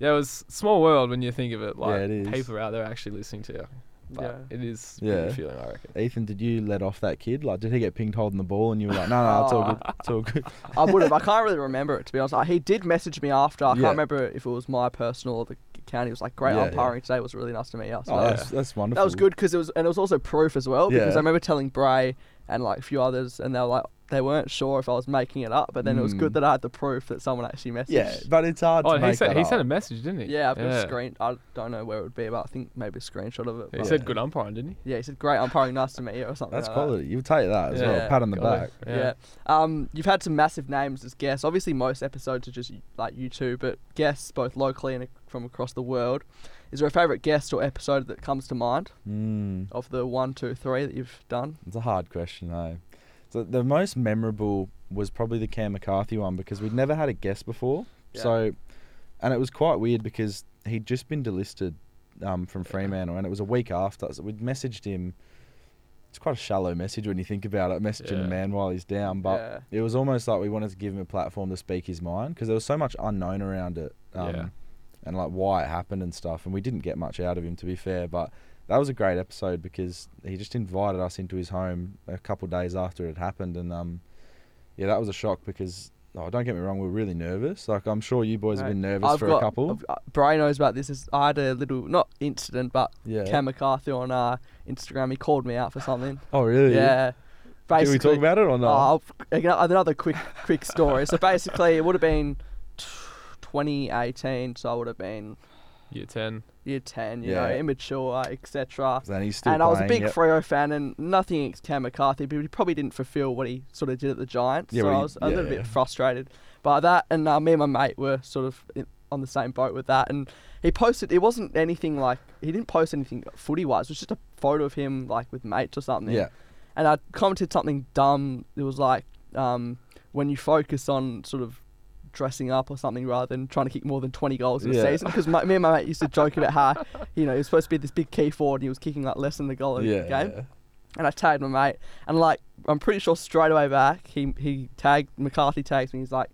yeah, it was small world when you think of it. Like
it is.
people are out there actually listening to you. But
Yeah.
it is
Yeah.
yeah. feeling, I reckon.
Ethan, did you let off that kid? Like, did he get pinged holding the ball, and you were like, "No, no, it's all good, it's all good."
I would have. I can't really remember it to be honest. Like, he did message me after. I
Yeah.
can't remember if it was my personal or the county. It was like great
Yeah, yeah.
umpiring today. It was really nice to meet you. So
Oh,
that-
that's, that's wonderful.
that was good because it was, and it was also proof as well. Because
Yeah.
I remember telling Bray and like a few others, and they were like they weren't sure if I was making it up, but then it was good
Mm.
that I had the proof that someone actually messaged.
Yeah, but it's hard
Oh,
to make
he sent
that
he
up.
sent a message, didn't he?
Yeah, I've got a screen. I don't know where it would be, but I think maybe a screenshot of it.
He
but-
said good umpiring, didn't he?
yeah, he said, "Great umpiring, nice to meet you," or something.
That's
like
quality. You take that as
Yeah.
well. Pat on the
Golly.
back.
That. Yeah. Um, you've had some massive names as guests. Obviously, most episodes are just like you two, but guests both locally and from across the world. Is there a favourite guest or episode that comes to mind
Mm,
of the one, two, three that you've done?
it's a hard question though. So the most memorable was probably the Cam McCarthy one because we'd never had a guest before.
Yeah.
So, and it was quite weird because he'd just been delisted um, from Fremantle, and it was a week after. So we'd messaged him. It's quite a shallow message when you think about it, messaging
Yeah.
a man while he's down. But
Yeah.
it was almost like we wanted to give him a platform to speak his mind because there was so much unknown around it um,
Yeah.
and like why it happened and stuff and we didn't get much out of him to be fair but that was a great episode because he just invited us into his home a couple of days after it had happened and um, yeah that was a shock because oh, don't get me wrong we were really nervous like i'm sure you boys have been nervous for a couple
I've- uh, Bray knows about this. Is I had a little not incident, but
yeah
Cam McCarthy on uh, Instagram. He called me out for something.
oh really
yeah.
can we talk about it or
Oh,
not
I'll- again, another quick quick story. so basically, it would have been t- 2018. So I would have been
Year 10.
year 10. You know,
Yeah.
immature, etc.
then he's still
And I was a
playing,
big
yep.
Freo fan, and nothing against Cam McCarthy, but he probably didn't fulfil what he sort of did at the Giants.
Yeah,
so
well,
I
he-
was a
yeah,
little
yeah.
bit frustrated by that. And uh, me and my mate were sort of in, on the same boat with that. And he posted, it wasn't anything like, he didn't post anything footy wise. It was just a photo of him like with mates or something.
yeah
And I commented something dumb. It was like, um, when you focus on sort of dressing up or something rather than trying to kick more than 20 goals in a
Yeah.
season. Because me and my mate used to joke about how, you know, he was supposed to be this big key forward and he was kicking like less than the goal in
yeah,
the game and I tagged my mate, and like I'm pretty sure straight away back he he tagged McCarthy tags me. He's like,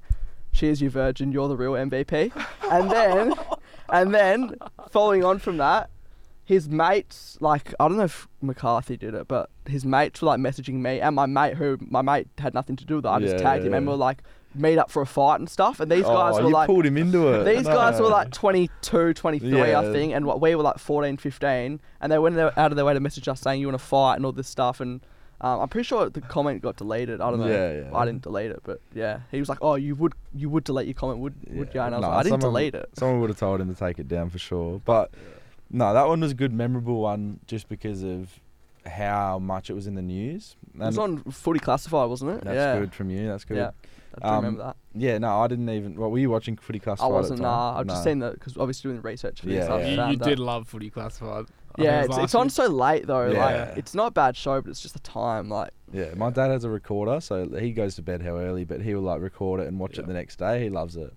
"Cheers, you virgin. You're the real MVP." and then, and then following on from that, his mates like I don't know if McCarthy did it, but his mates were like messaging me and my mate who my mate had nothing to do with. It. I just
Yeah,
tagged him,
yeah.
and we are like meet up for a fight and stuff. And these guys
oh,
were
you
like.
pulled him into it
These guys were
No.
like 22, 23, I
Yeah.
think, and what we were like 14, 15, and they went out of their way to message us saying you want to fight and all this stuff, and um, I'm pretty sure the comment got deleted. I don't know.
Yeah, yeah.
I didn't delete it, but yeah, he was like, "Oh, you would, you would delete your comment, would, would you?"
Yeah.
And I was
Nah,
like, "I didn't
someone-
delete it."
Someone would have told him to take it down for sure. But no, that one was a good, memorable one just because of how much it was in the news.
It was on Footy Classified, wasn't it?
that's
yeah.
good from you. That's good.
Yeah,
Yeah.
I do
Um,
remember that.
no, I didn't even. Well, were you watching Footy Classified?
I
at the
wasn't.
time?
Nah, I've just
No.
seen that because obviously doing the research for this.
Yeah,
I
yeah.
You,
found
you
that.
did love footy classified. I think
Yeah,
it was
it's,
last
it's on
week.
so late though.
Yeah.
Like it's not a bad show, but it's just the time. Like
Yeah, my dad has a recorder, so he goes to bed how early, but he will like record it and watch it the next day. He loves it.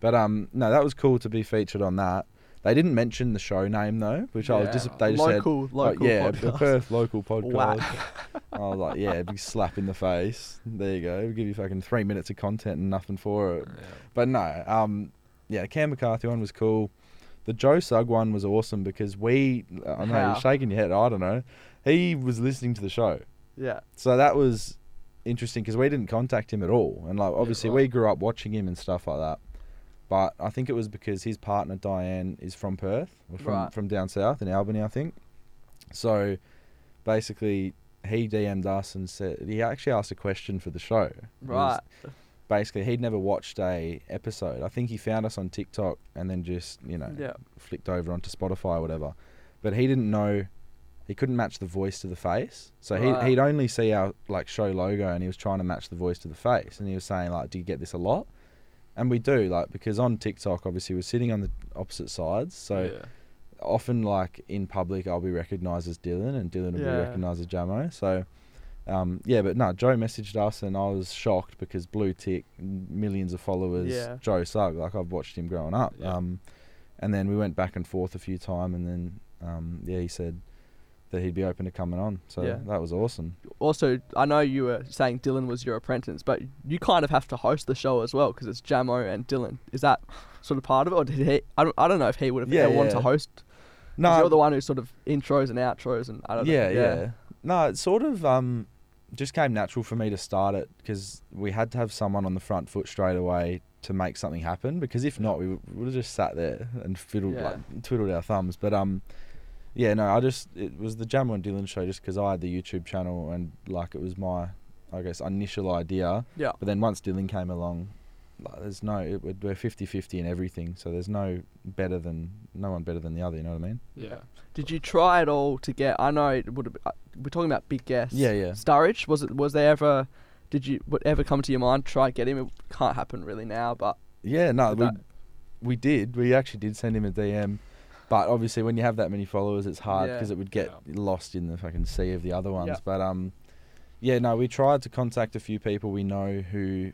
But um, no, that was cool to be featured on that. They didn't mention the show name though, which I was
Yeah.
just they just said
local,
like,
local.
yeah, the
podcast.
Perth local podcast.
Whack.
I was like, yeah, big slap in the face. There you go. We give you fucking three minutes of content and nothing for it. But no, um, yeah, Cam McCarthy one was cool. The Joe Sugg one was awesome because we, I know
How?
you're shaking your head. I don't know. He was listening to the show,
Yeah,
so that was interesting because we didn't contact him at all, and like obviously we grew up watching him and stuff like that. But I think it was because his partner Diane is from Perth, or from
Right.
from down south in Albany, I think. So basically, he DM'd us and said he actually asked a question for the show. It was
right.
basically he'd never watched a episode. I think he found us on TikTok and then just you know
Yeah,
flicked over onto Spotify or whatever. But he didn't know he couldn't match the voice to the face. So
Right.
he he'd only see our like show logo and he was trying to match the voice to the face and he was saying like, Do you get this a lot? And we do, like because on TikTok obviously we're sitting on the opposite sides. So
Yeah.
often like in public I'll be recognised as Dylan and Dylan will
Yeah.
be recognised as Jamo. So um, yeah, but no, Joe messaged us and I was shocked because blue tick, m- millions of followers,
Yeah.
Joe Sugg, like I've watched him growing up.
Yeah.
Um, and then we went back and forth a few time and then um, yeah, he said that he'd be open to coming on. So
Yeah.
that was awesome.
also, I know you were saying Dylan was your apprentice, but you kind of have to host the show as well because it's Jamo and Dylan. Is that sort of part of it, or did he? I don't, I don't know if he would have
Yeah,
ever wanted to
yeah.
host. 'cause
No,
you're the one who sort of intros and outros, and I don't
yeah,
know.
yeah, No, it sort of um, just came natural for me to start it because we had to have someone on the front foot straight away to make something happen. Because if not, we would have just sat there and fiddled,
Yeah.
like, twiddled our thumbs. But um, yeah, no, I just it was the Jamo and Dylan show just because I had the YouTube channel and like it was my, I guess, initial idea.
Yeah.
But then once Dylan came along. Like, there's no it, we're 50-50 in everything so there's no better than no one better than the other you know what i mean
Yeah.
Did you try at all to get? I know it would have. uh, We're talking about big guests.
Yeah, yeah.
Sturridge was it? Was there ever? Did you would ever come to your mind to try and get him? It can't happen really now, but
Yeah, no,
Did
we,
that-
we did. We actually did send him a DM. But obviously, when you have that many followers, it's hard
Yeah.
because it would get lost in the fucking sea of the other ones.
Yeah.
But um, yeah, no, we tried to contact a few people we know who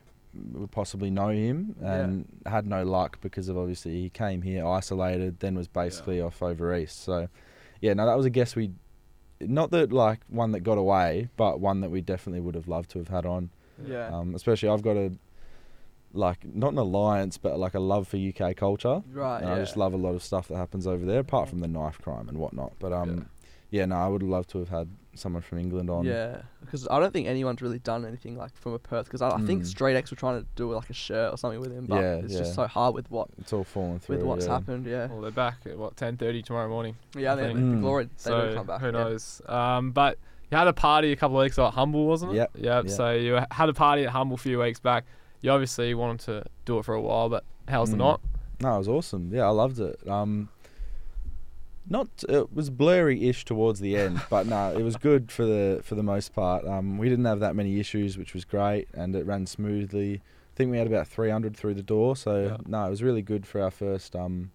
would possibly know him
Yeah.
and had no luck because of obviously he came here isolated, then was basically off over east. So yeah, no, that was a guess we, not that like one that got away, but one that we definitely would have loved to have had on
yeah,
um, especially I've got a like not an alliance but like a love for UK culture
right.
and
yeah.
I just love a lot of stuff that happens over there apart from the knife crime and whatnot but um yeah, no I would love to have had someone from England on
Yeah, because I don't think anyone's really done anything like from a Perth. Because I, I think
Mm.
Straight X were trying to do like a shirt or something with him, but
Yeah,
it's just
yeah.
so hard with what
it's all falling through
with what's
yeah.
happened. Yeah,
Well, they're back at what 10:30 tomorrow morning.
yeah.
I
They,
think-
the
Mm.
glory, they
so
do come back.
who
yeah.
knows? Um, but you had a party a couple of weeks ago at Humble, wasn't it?
Yep,
Yep.
yep.
So you had a party at Humble a few weeks back. You obviously wanted to do it for a while, but how's the
Mm.
knot?
no it was awesome yeah I loved it um not it was blurry ish towards the end but no it was good for the for the most part um we didn't have that many issues which was great and it ran smoothly I think we had about 300 through the door so
Yeah.
no it was really good for our first um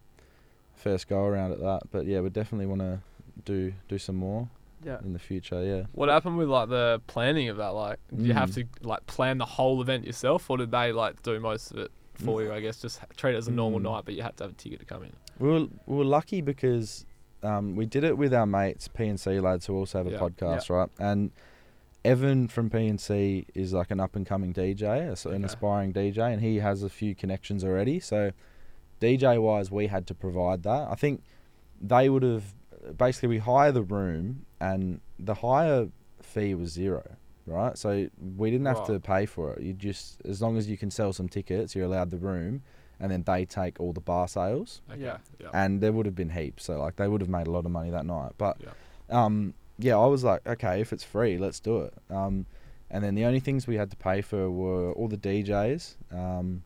first go around at that but yeah we definitely want to do do some more
Yeah.
in the future yeah
What happened with like the planning of that? Like, did you
Mm.
have to like plan the whole event yourself, or did they like do most of it for you? I guess just treat it as a normal
Mm.
night, but you had to have a ticket to come in.
we were, we were lucky because um, we did it with our mates PNC lads who also have a
Yeah.
podcast right and Evan from PNC is like an up and coming DJ so an
Okay.
aspiring DJ and he has a few connections already so DJ wise we had to provide that I think they would have basically we hire the room and the hire fee was zero right so we didn't have
Right.
to pay for it you just as long as you can sell some tickets you're allowed the room and then they take all the bar sales
Okay.
Yeah.
Yeah.
and there would have been heaps. So like they would have made a lot of money that night. But
Yeah.
um, yeah, I was like, okay, if it's free, let's do it. Um, and then the only things we had to pay for were all the DJs. Um,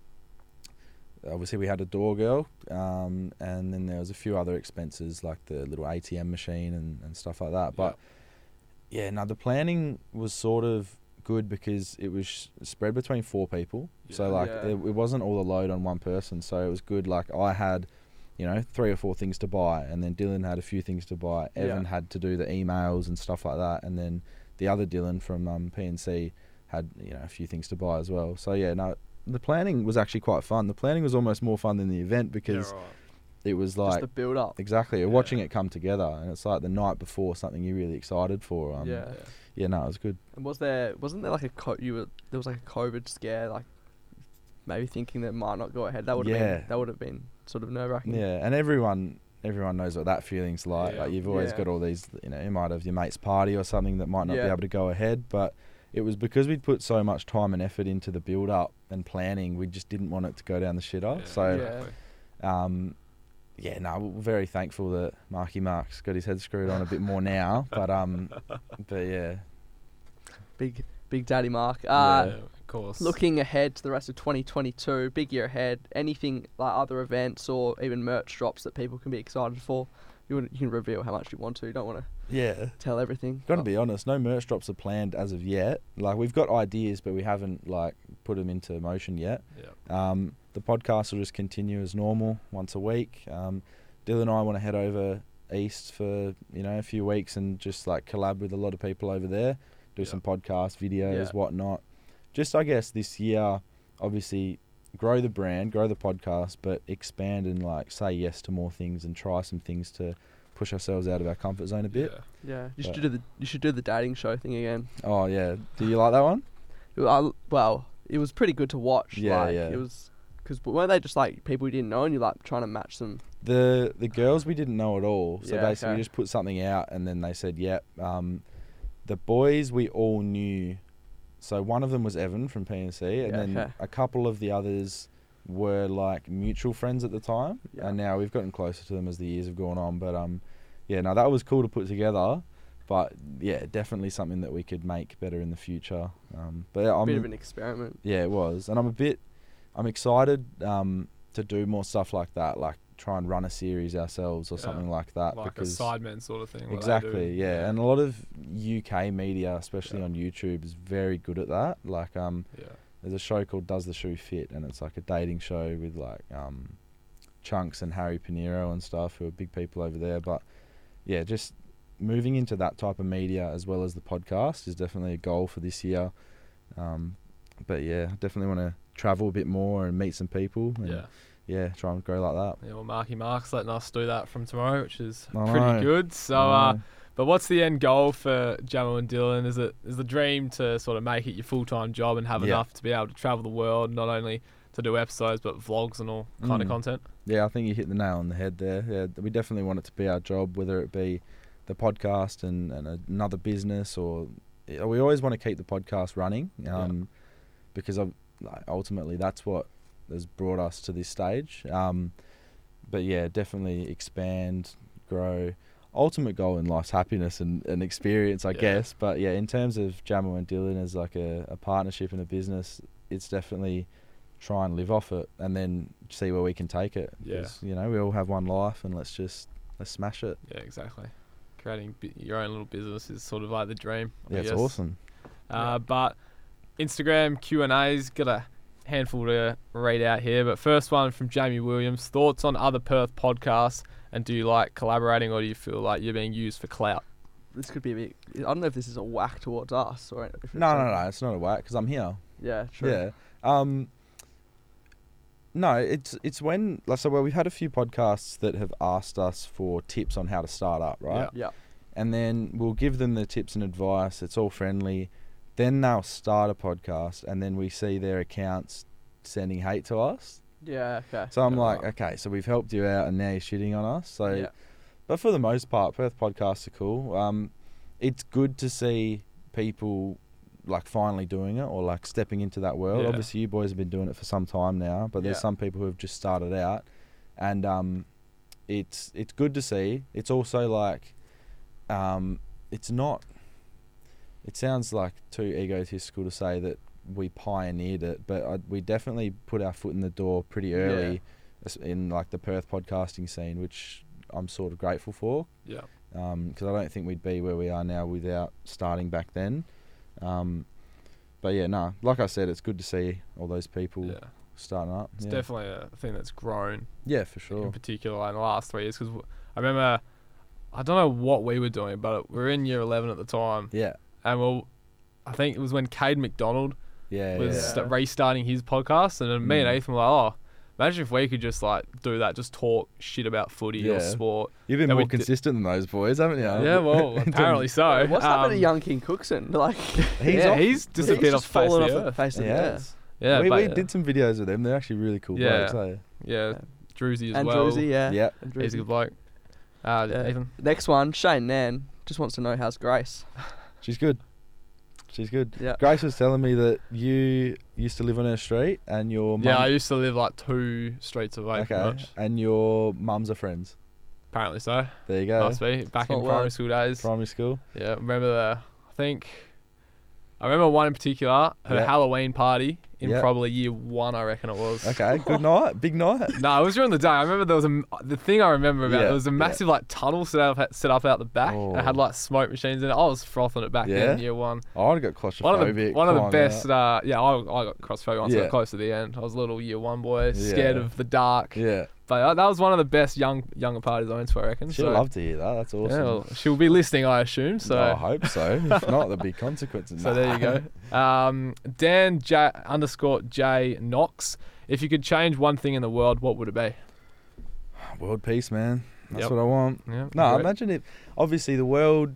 obviously, we had a door girl, um, and then there was a few other expenses like the little ATM machine and, and stuff like that. But yeah, no, the planning was sort of good because it was sh- spread between four people. So
Yeah.
like
Yeah.
it, it wasn't all the load on one person. So it was good. Like I had you know, three or four things to buy, and then Dylan had a few things to buy. Evan had to do the emails and stuff like that, and then the other Dylan from um, PNC had you know a few things to buy as well. So yeah, no, the planning was actually quite fun. The planning was almost more fun than the event because it was
Just
like
the build up.
exactly you're watching it come together, and it's like the night before something you're really excited for. Um,
yeah.
yeah, no, it was good.
And was there wasn't there like a co- you were there was like a COVID scare like maybe thinking that it might not go ahead. That would have been
Yeah.
that would have been sort of nerve wracking.
Yeah, and everyone everyone knows what that feeling's like.
Yeah.
Like you've always
Mm. Yeah.
got all these, you know, you might have your mate's party or something that might not
Yeah.
be able to go ahead, but it was because we'd put so much time and effort into the build up and planning, we just didn't want it to go down the shitter. So,
Yeah.
um, yeah, no, we're very thankful that Marky Mark's got his head screwed on a bit more now, but um, but yeah,
Big big daddy Mark. Uh
Yeah.
of course.
looking ahead to the rest of 2022, big year ahead. Anything like other events or even merch drops that people can be excited for. You, wanna- you can reveal how much you want to. You don't want to
yeah.
tell everything.
Got to
but-
be honest, no merch drops are planned as of yet. Like we've got ideas, but we haven't like put them into motion yet.
Yeah.
Um, the podcast will just continue as normal once a week. Um, Dylan and I want to head over east for you know a few weeks and just like collab with a lot of people over there, do
Yeah.
some podcast videos,
Yeah.
whatnot. Just I guess this year, obviously, grow the brand, grow the podcast, but expand and like say yes to more things and try some things to push ourselves out of our comfort zone a bit.
Yeah.
Yeah, you
But-
should do the you should do the dating show thing again.
Oh yeah, do you like that one?
I, well, it was pretty good to watch.
Yeah,
like,
yeah.
It was because weren't they just like people you didn't know and you're like trying to match them?
The the girls we didn't know at all. So
Yeah,
basically,
okay.
we just put something out, and then they said, "Yep." Um, the boys we all knew. So one of them was Evan from PNC, and
Yeah,
then
okay.
a couple of the others were like mutual friends at the time,
Yeah.
and now we've gotten closer to them as the years have gone on. But um, yeah, no, that was cool to put together. But yeah, definitely something that we could make better in the future. Um, but yeah, I'm
bit of an experiment.
yeah, it was, and I'm a bit, I'm excited um, to do more stuff like that, like try and run a series ourselves or
Yeah.
something like that.
Like a
uh, because
sideman sort of thing. what they do.
exactly, yeah. and a lot of UK media, especially
Yeah.
on YouTube, is very good at that. Like, um,
Yeah.
there's a show called Does the Shoe Fit, and it's like a dating show with like um, Chunks and Harry Pinero and stuff, who are big people over there. But yeah, just moving into that type of media as well as the podcast is definitely a goal for this year. Um, but yeah, definitely want to travel a bit more and meet some people. And
Yeah.
yeah, try and grow like that.
Yeah, well, Marky Mark's letting us do that from tomorrow, which is
I
pretty
know.
good. So,
I
uh,
know.
but what's the end goal for Jamal and Dylan? Is it is the dream to sort of make it your full time job and have
Yeah.
enough to be able to travel the world, not only to do episodes but vlogs and all kind of
Mm.
content?
Yeah, I think you hit the nail on the head there. Yeah, we definitely want it to be our job, whether it be the podcast and, and another business, or yeah, we always want to keep the podcast running, um, because i like, ultimately that's what has brought us to this stage. Um, but yeah, definitely expand, grow. Ultimate goal in life's happiness and, and experience, I
Yeah.
guess. But yeah, in terms of Jamal and Dylan as like a, a partnership and a business, it's definitely try and live off it and then see where we can take it.
Yeah.
'Cause, You know, we all have one life and let's just let's smash it.
Yeah, exactly. Creating bi- your own little business is sort of like the dream. I
Yeah, it's
guess.
awesome.
Uh, But Instagram Q and A's got a handful to read out here. But first one from Jamie Williams: thoughts on other Perth podcasts, and do you like collaborating, or do you feel like you're being used for clout?
This could be a bit. I don't know if this is a whack towards us or. if it's
No,
a-
no, no, it's not a whack because I'm here.
Yeah, true.
Yeah. Um, no, it's it's when like so well we've had a few podcasts that have asked us for tips on how to start up, right?
Yeah.
And then we'll give them the tips and advice. It's all friendly. Then they'll start a podcast, and then we see their accounts sending hate to us.
Yeah. Okay.
So I'm
Yeah,
like,
right.
okay, so we've helped you out, and now you're shitting on us. So,
Yeah.
but for the most part, Perth podcasts are cool. Um, it's good to see people like finally doing it or like stepping into that world.
Yeah.
Obviously, you boys have been doing it for some time now, but there's
Yeah.
some people who have just started out, and um, it's it's good to see. It's also like, um, it's not. It sounds like too egotistical to say that we pioneered it, but I, we definitely put our foot in the door pretty
Yeah.
early as- in like the Perth podcasting scene, which I'm sort of grateful for
Yeah.
because Um, I don't think we'd be where we are now without starting back then. Um, but yeah, no, like I said, it's good to see all those people
Yeah.
starting up.
It's
yeah.
definitely a thing that's grown
yeah, for
in
sure.
particular in the last three years. Because I remember, I don't know what we were doing, but we were in year 11 at the time.
Yeah,
And well, I think it was when Cade McDonald
yeah,
was
yeah.
st- restarting his podcast. And then me and
Mm.
Ethan were like, oh, imagine if we could just like do that, just talk shit about footy
Yeah. Um,
or sport.
You've been
that we
more
d-
consistent than those boys, haven't you?
yeah, well, apparently so.
What's happened to
Um,
young King Cookson? Like,
He's
yeah,
off-
he's
he's
disappeared
just
off the face of
fallen
the
off the
earth.
face of the
Yeah.
earth.
Yeah,
we,
but, uh,
we did some videos with them. They're actually really cool
Yeah.
blokes.
Yeah,
Yeah.
Druzy as
And
well.
Druzy, yeah.
Eh? Yeah.
And
He's a
Druzy.
good bloke. Uh,
Yeah.
Ethan.
Next one, Shane Nan just wants to know how's Grace.
she's good. She's good.
Yeah.
Grace was telling me that you used to live on her street and your mum,
Yeah, I used to live like two streets away.
okay,
Pretty much.
and your mums are friends.
Apparently so.
There you go.
Must be back in
not
primary
word.
school days.
Primary school.
yeah, remember the. I think. I remember one in particular. Her
Yeah.
Halloween party in
Yeah.
probably year one, I reckon it was.
Okay, good night, big night.
No, it was during the day. I remember there was a m- uh, the thing I remember about
Yeah,
there was a
yeah.
massive like tunnel set up set up out the back. And it had
Oh.
like smoke machines in it. I was frothing it back
Yeah?
in year one.
I would have got claustrophobic.
One of the one of the
climbing
best.
out.
Uh, yeah, I, I got crossfire once I
Yeah.
got close to the end. I was a little year one boy, scared
Yeah.
of the dark.
Yeah,
But uh, that was one of the best young younger parties I went to. I reckon.
she'd
so,
love to hear that. That's
yeah,
awesome.
well, she'll be listening, I assume. So.
I hope so. If not, there'd be consequences.
So there you go. Um, Dan J underscore J Knox. If you could change one thing in the world, what would it be?
World peace, man. That's
Yep.
what I want.
Yeah,
No,
great.
imagine if obviously the world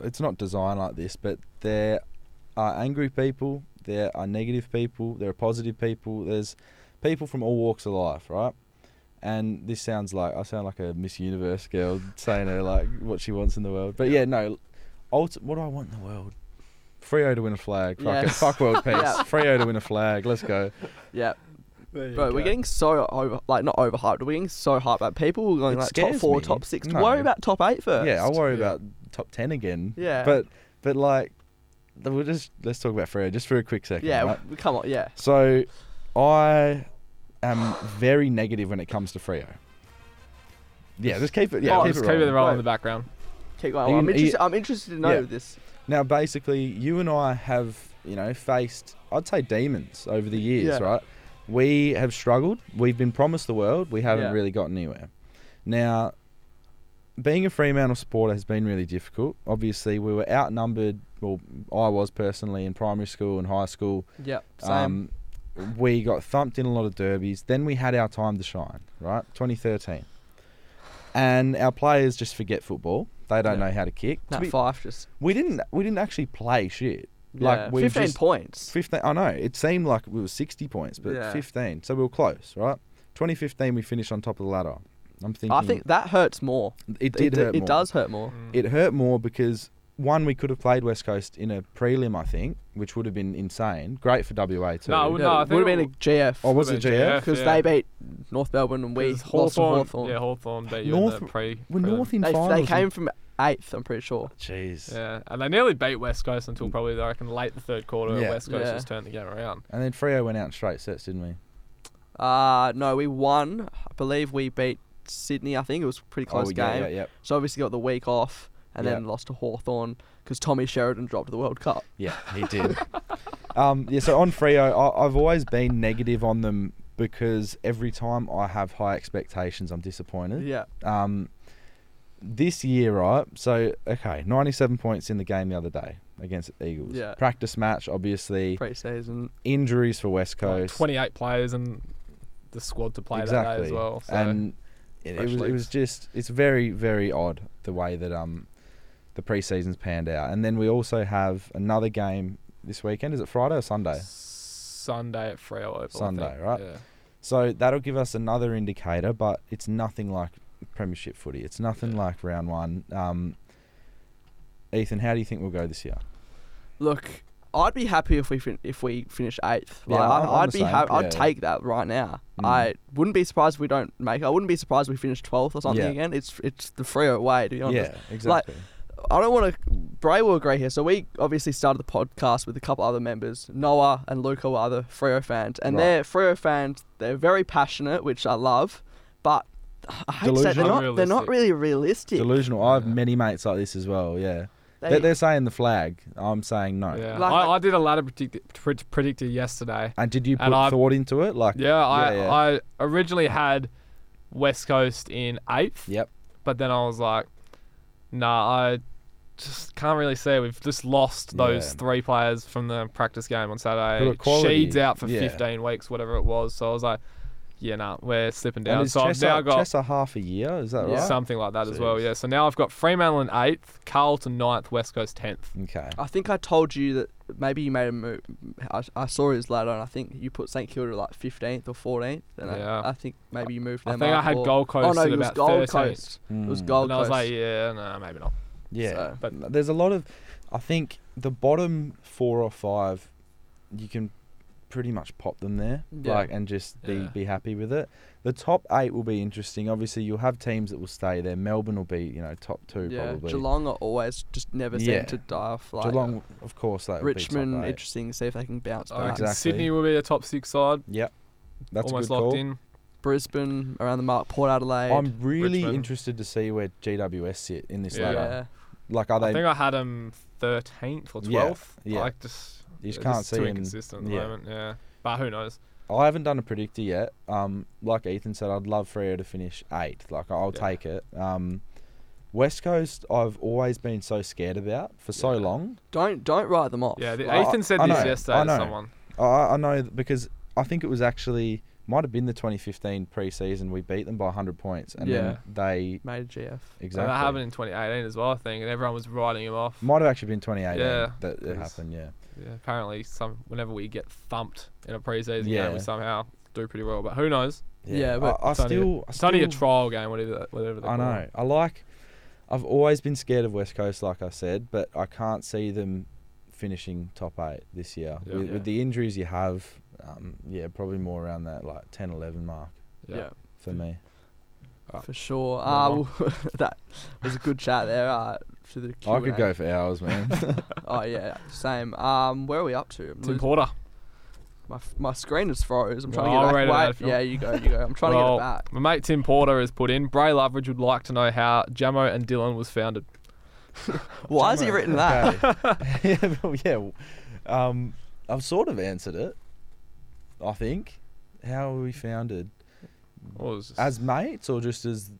it's not designed like this, but there are angry people, there are negative people, there are positive people, there's people from all walks of life, right? And this sounds like I sound like a Miss Universe girl saying her like what she wants in the world. But yeah, no. Ulti- what do I want in the world? Freo to win a flag. Fuck it.
Yes.
Fuck world peace.
Yeah.
Freo to win a flag. Let's go.
Yeah, bro, we're getting so over, like not overhyped. We're getting so hyped. Like people were going
It
like top
scares
four,
me.
top six.
No.
Worry about top eight first.
Yeah, I worry
Yeah.
about top ten again.
Yeah.
But but like, th- we'll just let's talk about Freo just for a quick second.
yeah,
right?
w- come on, yeah.
So, I am very negative when it comes to Frio. Yeah, just keep it. Yeah,
Yeah,
keep
Oh, just
it
keep it
rolling.
rolling in
Right.
the background.
Keep
Are
going.
you-
I'm,
are you-
interested, I'm interested to know
Yeah.
this.
Now, basically, you and I have, you know, faced, I'd say, demons over the years,
Yeah.
right? We have struggled. We've been promised the world. We haven't
Yeah.
really gotten anywhere. Now, being a Fremantle supporter has been really difficult. Obviously, we were outnumbered. Well, I was personally in primary school and high school.
Yeah, same.
Um, we got thumped in a lot of derbies. Then we had our time to shine, right? 2013. And our players just forget football. They don't
Yeah.
know how to kick. To
Nat
be-
Fife just
we didn't. We didn't actually play shit.
yeah.
Like we
15
just,
points.
15 I know it seemed like we were 60 points, but
Yeah.
15. So we were close, right? 2015 we finished on top of the ladder. I'm thinking.
I think that hurts more.
it did
it,
hurt.
it
more.
does hurt more.
Mm.
It hurt more because one we could have played West Coast in a prelim, I think, which would have been insane. Great for WA too.
No, it wouldn't- No, I think
would have
it
been a
w-
GF.
Oh, was it
Would've been
GF?
because
yeah.
they beat North Melbourne and we
'Cause
lost to Hawthorn.
Yeah, Hawthorn beat you in the
North-
pre.
We're
prelim.
North in
They,
finals.
they came from eighth, I'm pretty sure.
Jeez.
Yeah, and they nearly beat West Coast until probably I reckon late the third quarter.
Mm. Yeah.
West Coast
Yeah.
just turned the game around.
And then Freo went out in straight sets, didn't we?
Uh no, we won. I believe we beat Sydney. I think it was a pretty close
oh,
game.
Yeah, yeah,
So obviously got the week off and then
Yeah.
lost to Hawthorn because Tommy Sheridan dropped the World Cup.
yeah. yeah he did. um, yeah, so on Freo, I, I've always been negative on them because every time I have high expectations, I'm disappointed.
Yeah.
Um, this year, right? So, okay, 97 points in the game the other day against the Eagles.
Yeah.
Practice match, obviously.
Pre-season.
Injuries for West
Like,
Coast.
28 players and the squad to play that day as well. So.
And it, it
Fresh
was it was
legs.
just it's very very odd the way that um the preseason's panned out. And then we also have another game this weekend. Is it Friday or Sunday?
Sunday at Freo Oval. I
Sunday,
think.
right?
Yeah.
So that'll give us another indicator, but it's nothing like Premiership footy. It's nothing
Yeah.
like round one. Um, Ethan, how do you think we'll go this year?
Look, I'd be happy if we fin- if we finish eighth.
Yeah,
Like,
I'm- I'm
I, I'd
the
be
same,
happy.
yeah.
I'd take that right now.
Mm.
I wouldn't be surprised if we don't make. I wouldn't be surprised if we finish twelfth or something
Yeah.
again. It's it's the Freo way to be honest.
Yeah, exactly.
I don't want to. Bray will agree here. So we obviously started the podcast with a couple other members. Noah and Luca were other Freo fans, and
Right.
they're Freo fans. They're very passionate, which I love, but I hate to say they're
Delusional.
not. They're not really realistic.
Delusional. I have
Yeah.
many mates like this as well. Yeah, They, they're saying the flag. I'm saying no.
Yeah.
Like-
I, I did a ladder predict- pred- predictor yesterday.
And did you put
And I-
thought into it? Like
Yeah, I,
yeah.
I originally had West Coast in eighth.
Yep.
But then I was like, nah, I just can't really see it. We've just lost those
Yeah.
three players from the practice game on
Who are
Saturday.
quality.
Sheed's out for
Yeah.
15 weeks, whatever it was. So I was like, yeah, nah, we're slipping
And
down.
is
So I've
Chessa,
now got
Chessa half a year? Is that right?
something like that as well.
Jeez.
Yeah. So now I've got Fremantle in eighth, Carlton ninth, West Coast 10th.
Okay.
I think I told you that maybe you made a move. I, I saw his ladder, and I think you put St Kilda like 15th or 14th. And
Yeah.
I, I think maybe you moved
I
them.
think I
up
had
or-
Gold Coast
Oh no,
at
it was
about
Gold
13th.
Coast. It was
Mm.
Gold
And I was
Coast.
like, yeah, no, maybe not.
Yeah.
So-
But-
there's a lot of, I think the bottom four or five, you can pretty much pop them there,
Yeah.
like and just be
Yeah.
be happy with it. The top eight will be interesting. Obviously, you'll have teams that will stay there. Melbourne will be you know top two
yeah,
probably.
Geelong are always just never
Yeah.
seem to die off. Like
Geelong, of course, that Will be
Richmond,
top eight.
interesting. See if they can bounce
I
back.
reckon
Exactly.
Sydney will be a top six side.
Yep, that's
almost
a good
locked
call.
in.
Brisbane around the mark. Port Adelaide.
I'm really
Richmond.
interested to see where GWS sit in this
Yeah.
ladder.
yeah.
Like, are
I
they?
think I had him 13th or 12th.
Yeah, yeah.
Like just
you just
yeah,
can't
just
see
too
them.
inconsistent at the
yeah.
moment. Yeah, but who knows?
I haven't done a predictor yet. Um, like Ethan said, I'd love Freo to finish eighth. Like I'll
Yeah.
take it. Um, West Coast, I've always been so scared about for so
Yeah.
long.
Don't don't write them off.
Yeah, the,
I-
Ethan said
I
this
know,
yesterday
I
to
know.
someone.
I, I know th- because I think it was actually might have been the 2015 preseason we beat them by 100 points, and then they
Made GF.
And
exactly
that happened in 2018 as well, I think, and everyone was writing him off.
might have actually been 2018
Yeah.
that
Yes.
it happened. Yeah,
Yeah, apparently, some whenever we get thumped in a preseason
Yeah.
game, we somehow do pretty well. But who knows?
Yeah, but
I, I
it's only a-
still, I
It's only a
still-
trial game, whatever, that- whatever. they
I
call it.
know. I like. I've always been scared of West Coast, like I said, but I can't see them finishing top eight this year
Yeah.
with,
Yeah.
with the injuries you have. Um, yeah, probably more around that like 10, 11 mark
Yeah.
Yeah.
for me.
For sure.
Move
Uh,
on.
well, that was a good chat there. Uh, to the
I could
Q&A.
go for hours, man.
Oh yeah, same. Um, where are we up to? I'm
Tim
losing-
Porter.
my f- my screen is froze. I'm trying
Well, I'll
to
rate it
get it back.
out if
Wait,
you
yeah,
want.
you go, you go. I'm trying
Well,
to get it back.
My mate Tim Porter has put in. Bray Loveridge would like to know how Jamo and Dylan was founded.
Why has he
Jamo,
written that?
okay. yeah, well, yeah. well, Um, I've sort of answered it. I think. How were we founded?
Or it was just
As mates or just as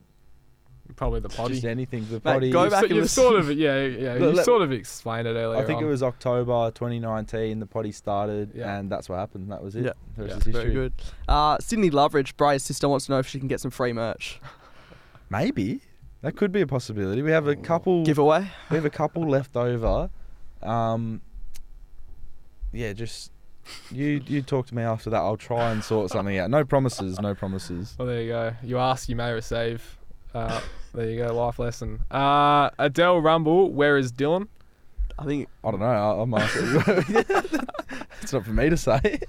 probably the potty.
just anything? The
Mate,
body.
go
You've
back
so-
and
you've
listen.
sort of yeah yeah
Look,
you
let-
sort of explained it earlier.
I think
on.
it was October 2019. The potty started,
Yeah.
and that's what happened. That was it.
Yeah.
The rest
Yeah.
is
Very
history.
good. Uh, Sydney Loveridge, Bray's sister wants to know if she can get some free merch
Maybe that could be a possibility. We have a couple.
giveaway.
we have a couple left over. Um, yeah, just you. You talk to me after that. I'll try and sort something out. No promises. No promises.
Well, there you go. You ask, you may receive. Uh, there you go. Life lesson. Uh, Adele Rumble. Where is Dylan?
I think
I don't know. I, I'm asking. it's not for me to say.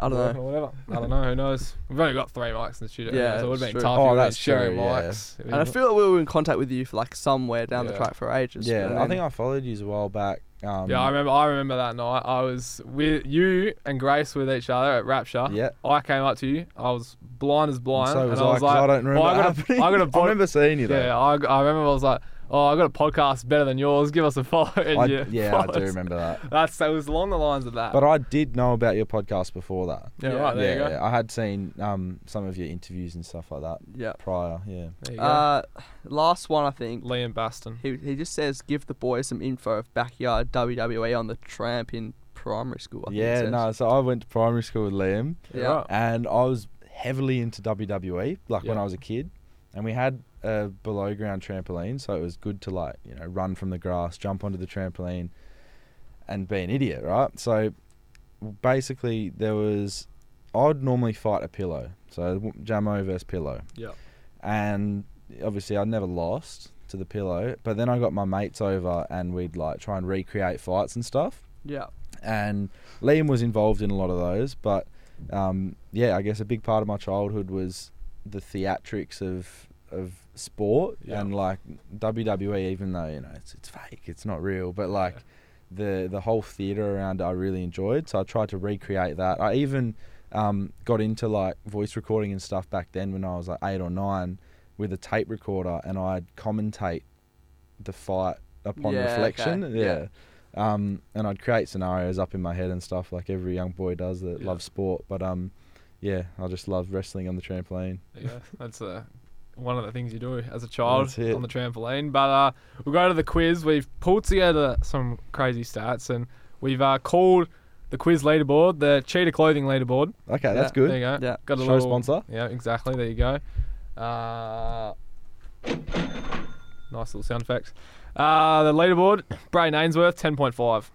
I don't know.
Or whatever. I don't know. Who knows? We've only got three mics in the studio.
Yeah,
so it would have
it's
been
true.
tough.
Oh,
if we
that's
were sharing
true, yeah.
mics.
And I feel like we were in contact with you for like somewhere down the
Yeah.
track for ages. and
Yeah, I
then-
think I followed you a while back. Um,
yeah, I remember. I remember that night. I was with you and Grace with each other at Rapture.
Yeah.
I came up to you. I was blind as blind,
So was
and I was
I, 'cause
like,
I don't remember.
"Oh, I got a-
happening.
I got a bod-
remember seeing you though.
Yeah, I, I remember. I was like, "Oh, I got a podcast better than yours. Give us a follow." And
I,
you
yeah, I
followed
do
us.
remember that.
That's that was along the lines of that.
But I did know about your podcast before that.
yeah,
Yeah.
right Oh, there you
yeah,
go.
yeah, I had seen um, some of your interviews and stuff like that
Yeah.
prior. Yeah.
There you go.
Uh, last one, I think.
Liam Baston.
He, he just says give the boys some info of backyard WWE on the tramp in primary school. I think it
yeah,
says.
no. So I went to primary school with Liam,
Yeah.
Right.
and I was heavily into WWE, like when
Yeah.
I was a kid, and we had a below ground trampoline, so it was good to like you know run from the grass, jump onto the trampoline, and be an idiot, right? So basically, there was I'd normally fight a pillow, so Jamo versus pillow.
Yeah.
and obviously I never lost to the pillow. But then I got my mates over and we'd like try and recreate fights and stuff.
Yeah.
And Liam was involved in a lot of those. But um, yeah, I guess a big part of my childhood was the theatrics of of sport
Yeah.
and like WWE. Even though you know it's it's fake, it's not real, but like. The, the whole theatre around it I really enjoyed, so I tried to recreate that. I even um, got into like voice recording and stuff back then when I was like eight or nine, with a tape recorder and I'd commentate the fight upon
Yeah,
reflection.
okay.
Yeah. Um, and I'd create scenarios up in my head and stuff like every young boy does that
Yeah.
loves sport. But um, yeah, I just love wrestling on the trampoline.
Yeah, that's uh, one of the things you do as a child
That's it.
on the trampoline. But uh, we'll go to the quiz. We've pulled together some crazy stats, and we've uh, called the quiz leaderboard the Cheetah Clothing leaderboard.
Okay,
Yeah,
that's good.
There you go.
Yeah.
Got a
Show
little
sponsor.
Yeah, exactly. There you go. Uh, nice little sound effects. Uh, the leaderboard: Brain Ainsworth, ten point five.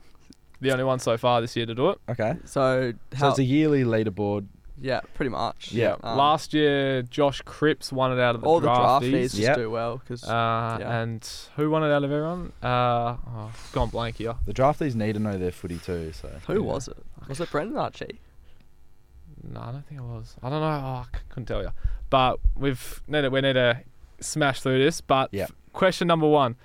The only one so far this year to do it.
Okay.
So
So
how?
it's a yearly leaderboard.
yeah, pretty much.
Yeah.
Um,
Last year, Josh Cripps won it out of the
all the draftees
draftees.
just
Yep.
do well because
Uh,
Yeah.
And who won it out of everyone? Uh, oh, it's gone blank here.
The draftees need to know their footy too. So
who was it? Was it Brendan Archie?
No, I don't think it was. I don't know. Oh, I c- couldn't tell you. But we've need to, we need to smash through this. But
Yeah.
question number one.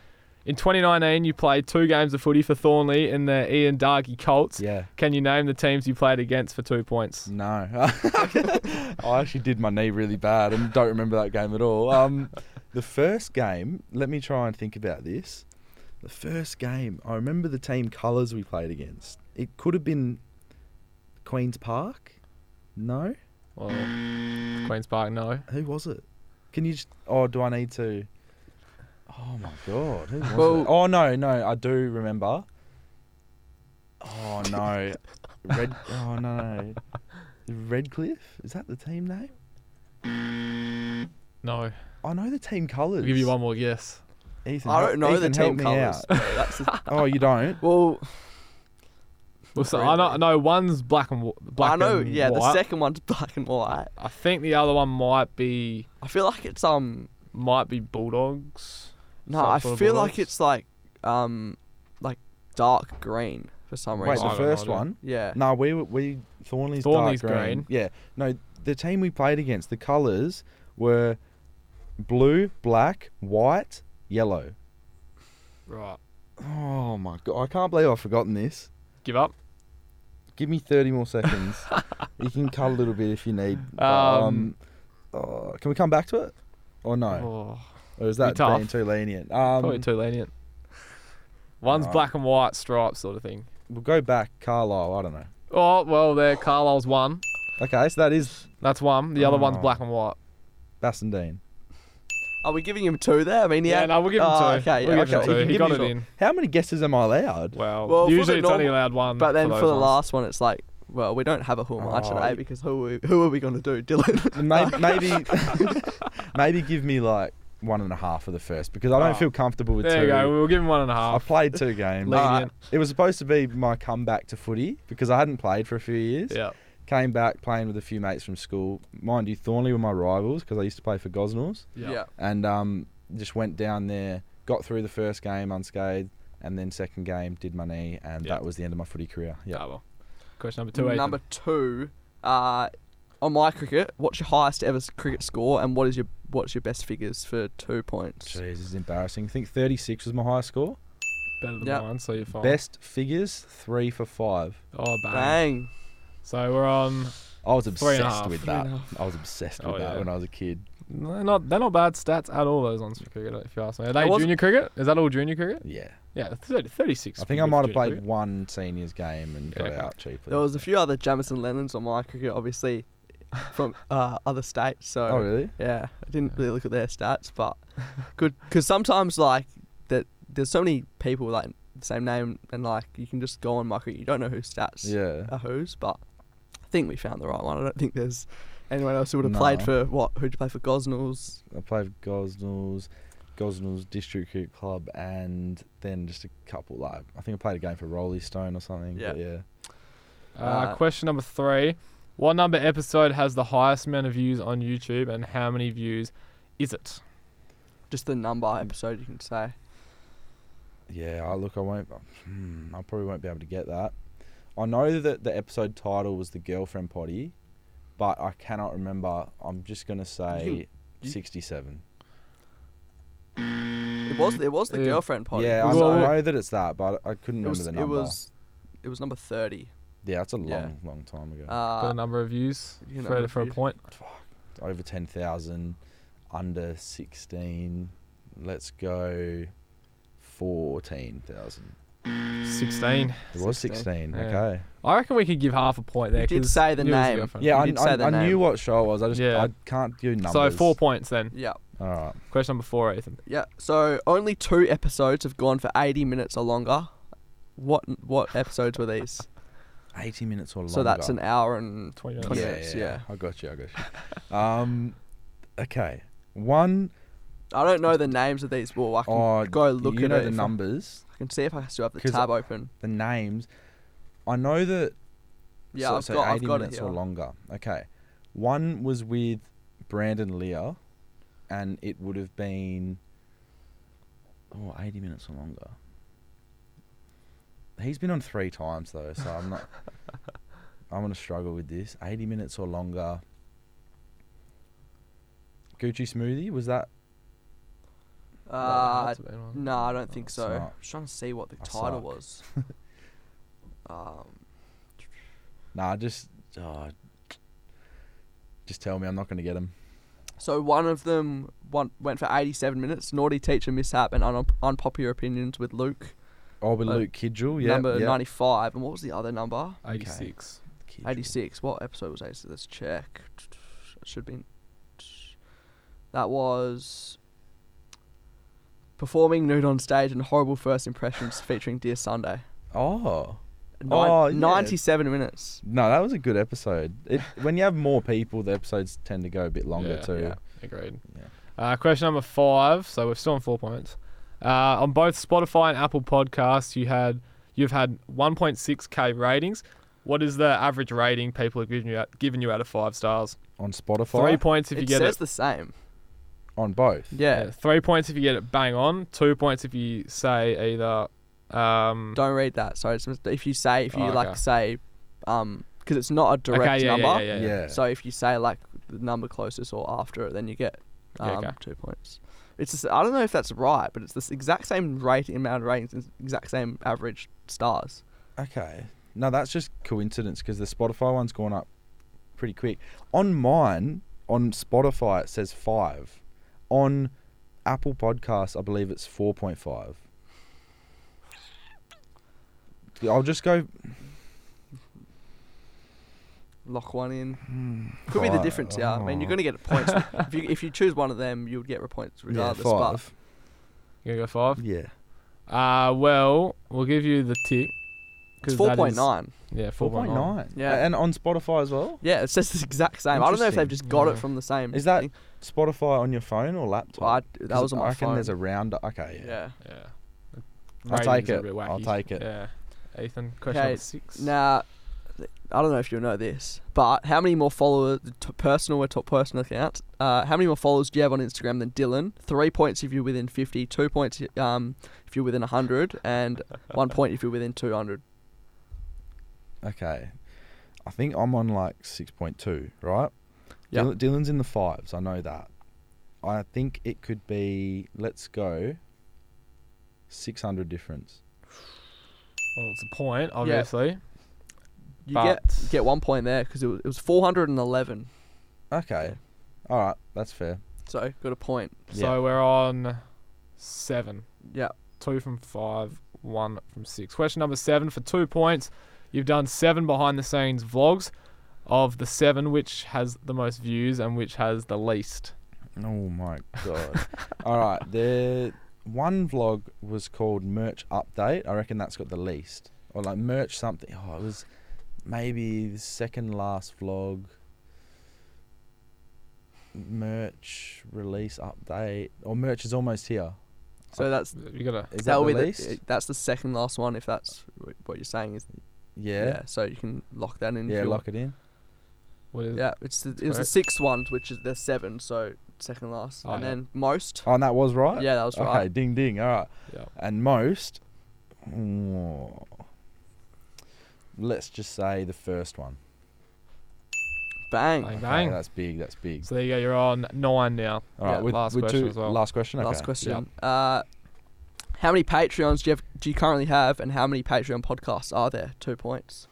In 2019, you played two games of footy for Thornley in the Ian Darkey Colts.
Yeah.
Can you name the teams you played against for two
Mm.
points?
No. I actually did my knee really bad and don't remember that game at all. Um, the first game, let me try and think about this. The first game, I remember the team colours we played against. It could have been Queen's Park. No?
Well, Queen's Park, no.
Who was it? Can you just. Oh, do I need to. Oh my god. Who was
Well-
it? Oh no, no, I do remember. Oh no. Red. Oh no. Redcliffe? Is that the team name?
No.
I know the team colours.
I'll give you one more guess.
Ethan,
I
help-
don't know the
Ethan,
team
help me
colours.
out.
No, that's the-
Oh, you don't?
well,
Well, so I, know, I know one's black and wh- black
I know.
and
Yeah, the
white.
second one's black and white.
I think the other one might be
I feel like it's um.
might be Bulldogs.
No,
Some
I
sort of
feel
bulldogs.
like it's like um, like dark green for some
Wait,
reason.
the
I don't
first
know, I don't-
one?
yeah.
No, we were, we Thornley's,
Thornley's
dark green.
green.
Yeah, no, the team we played against, the colours were blue, black, white, yellow.
Right.
Oh my god, I can't believe I've forgotten this.
Give up.
Give me thirty more seconds. you can cut a little bit if you need. but,
Um,
um, oh, can we come back to it, or
Oh,
no? Or is that
tough.
being too lenient?
probably
Um,
too lenient. One's
no.
black and white stripes, sort of thing.
we'll go back, Carlisle. I don't know.
Oh well, there. Carlisle's one.
Okay, so that is
That's one. The other one's
Ah.
Oh.
black and white.
Bassendine.
Are we giving him two there? I mean, he
Yeah,
had-
no, we'll give him two.
Oh, Okay,
we'll
yeah,
give him
okay.
two.
you
He
give
got
me
it
sure.
in.
How many guesses am I allowed?
Well,
Well, for
usually
the
it's only
normal-
allowed one.
But then for, the
those ones.
last one, it's like, well, we don't have a who am I
Oh,
today
you-
because who are we, who are we going to do, Dylan?
maybe maybe, maybe give me like one and a half of the first because I don't
Ah.
feel comfortable with
There
two.
you go. We'll give him one and a
I
half.
played two games.
Lenient.
Uh, it was supposed to be my comeback to footy because I hadn't played for a few years.
Yeah.
Came back playing with a few mates from school. Mind you, Thornley were my rivals because I used to play for Gosnells
Yeah.
and um, just went down there, got through the first game unscathed, and then second game did my knee, and
Yeah.
that was the end of my footy career.
Yeah.
Yeah.
well. Question number two.
Number
Number.
two, uh, on my cricket, what's your highest ever s- cricket score, and what is your what's your best figures for two points?
Jeez, this is embarrassing. I think 36 was my high score.
Better than
Yeah.
mine, so you're fine.
Best figures, three for five.
Oh, bang.
Dang.
So we're on.
I was
Three and a
obsessed
half.
with
Three
that.
and a
I was obsessed
Oh,
with that
yeah.
when I was a kid.
No, not they're not bad stats at all. Those ones for cricket, if you ask me. Are they
wasn't-
junior cricket? Is that all junior cricket?
Yeah.
Yeah, 30, 36.
I think I
with
might have
junior
played
cricket.
one seniors game and got
Yeah.
out cheaply.
There was a few other Jamison Lennons on my cricket, obviously, from uh, other states. So
oh, really?
Yeah, I didn't really look at their stats, but good because sometimes like that there's so many people with, like the same name and like you can just go on market. You don't know whose stats
Yeah.
are whose, but I think we found the right one. I don't think there's anyone else who would have
No.
played for what? Who'd you play for? Gosnells.
I played with Gosnells, Gosnells District Cricket Club, and then just a couple. Like I think I played a game for Rolly Stone or something.
Yeah.
But yeah.
Uh,
Uh,
question number three. What number episode has the highest amount of views on YouTube and how many views is it?
Just the number episode, you can say.
Yeah. I look. I won't. Hmm, I probably won't be able to get that. I know that the episode title was the girlfriend potty, but I cannot remember. I'm just gonna say
you-
67.
It was it was the
Yeah.
girlfriend pod.
Yeah, I
was
know,
like-
I know that it's that, but I couldn't
it
remember
was
the
it
number.
was it was number thirty.
yeah, it's a long,
yeah.
long time ago.
Got a
Uh,
number of views
you know,
for, for a
you-
point.
Over ten thousand, under sixteen. Let's go. fourteen thousand.
16.
It was
Sixteen.
sixteen.
Yeah.
Okay.
I reckon we could give half a point there.
You did
'cause
say the
you was
name.
girlfriend.
Yeah, I,
did
I,
say the
I
name.
knew what show it was. I just
Yeah.
I can't do numbers.
So four points then.
Yeah.
All right.
Question number four, Ethan.
Yeah. So only two episodes have gone for 80 minutes or longer. What what episodes were these?
Eighty minutes or longer.
so that's an hour and
20 minutes.
20 minutes. Yeah.
I got you. I got you. um, okay. One.
I don't know the names of these. Well, I can
Oh,
go look
you
at
know
it
the
if I-
numbers,
I can see if I still have the
'Cause
tab open.
the names. I know that.
Yeah,
so,
I've
so
got,
80
I've got it
minutes
here.
or longer. Okay. One was with Brandon Lear, and it would have been. Oh, 80 minutes or longer. He's been on three times though, so I'm not. I'm gonna struggle with this. 80 minutes or longer. Gucci smoothie was that?
Uh,
That's a bad one.
no, I don't think
That's
so.
not-
I'm just trying to see what the
I
title
suck.
was. um,
Nah, just. Oh, just tell me, I'm not gonna get him.
so one of them one, went for 87 minutes. Naughty teacher mishap and un- unpopular opinions with Luke.
Oh, with
Uh,
Luke Kidgel, yeah.
number
yeah.
95. And what was the other number?
86.
Kidgel.
86. What episode was 86? Let's check. It should be. That was. Performing nude on stage and horrible first impressions featuring Dear Sunday.
Oh.
Nine,
Oh, yeah.
97 minutes.
No, that was a good episode. It, when you have more people, the episodes tend to go a bit longer
Yeah,
too.
yeah. Agreed.
Yeah.
Uh, question number five. So we're still on four points. Uh, on both Spotify and Apple Podcasts, you had you've had 1.6k ratings. What is the average rating people have given you out, given you out of five stars?
On Spotify,
Three points if
it
you get
says
it.
the same.
on both.
Yeah.
Yeah, Three points if you get it bang on. Two points if you say either. Um,
Don't read that. Sorry. it's mis- If you say, if you
Oh,
like
okay.
say, um, because it's not a direct
okay, yeah,
number.
yeah, yeah, yeah, yeah.
Yeah.
So if you say like the number closest or after it, then you get um,
Okay, okay.
two points. It's just, I don't know if that's right, but it's this exact same rating amount of ratings, and exact same average stars.
Okay. No, that's just coincidence because the Spotify one's gone up pretty quick. On mine, on Spotify, it says five. On Apple Podcasts, I believe it's four point five. I'll just go.
Lock one in.
Hmm.
Could be the
Right,
difference, yeah. I mean, you're
oh.
going to get points. if, you, if you choose one of them, you would get points regardless. but
five.
You gonna go five?
Yeah.
Uh, well, we'll give you the tip.
it's
'cause that is-
4.9.
Yeah,
Four point
4.9.
nine.
Yeah.
And on Spotify as well.
Yeah, it says the exact same. I don't know if they've
Interesting.
just got
Yeah.
it from the same.
Is that
thing.
Spotify on your phone or laptop?
Well, I, that
'Cause
was on my
I reckon
phone.
there's a rounder. Okay,
yeah.
yeah.
Yeah.
I'll
Ratings
take
are a
it.
bit
I'll
wacky.
take it.
Yeah. Ethan, question
Okay,
number six.
Now, th- I don't know if you know this, but how many more followers, t- personal or top personal account, uh, how many more followers do you have on Instagram than Dylan? Three points if you're within 50, two points um, if you're within 100, and one point if you're within 200.
Okay. I think I'm on like 6.2, right?
Yeah.
Dylan, Dylan's in the fives. I know that. I think it could be, let's go, 600 difference.
Well, it's a point, obviously.
You
But
get get one point there because it was, it was 411,
Okay. All right. That's fair.
so got a point.
so we're on seven.
Yeah.
Two from five, one from six. Question number seven for two points. You've done seven behind the scenes vlogs. Of the seven, which has the most views and which has the least?
Oh my god. All right. The one vlog was called merch update. I reckon that's got the least, or like merch something. Oh, it was maybe the second last vlog. Merch release update, or merch is almost here.
So that's
You gotta.
Is that
that'll be the- uh, eh,
released?
that's the second last one if that's wh- what you're saying is yeah.
yeah.
so you can lock that in. if
Yeah.
you want.
Lock it in.
What is
Yeah, it's the, it was the
Correct.
sixth one, which is the seven, so second last,
Oh,
and
yeah.
then most.
Oh, and that was right.
Yeah, that was
okay.
right.
Ding ding. All right.
Yeah.
And most. Oh, let's just say the first one.
Bang.
Bang
Okay,
bang.
that's big. That's big.
So there you go. You're on nine now.
All right,
Yeah,
with,
last
with
question
two,
as well.
Last question.
Last
okay.
question. Uh, how many Patreons do you, have, do you currently have, and how many Patreon podcasts are there? Two points.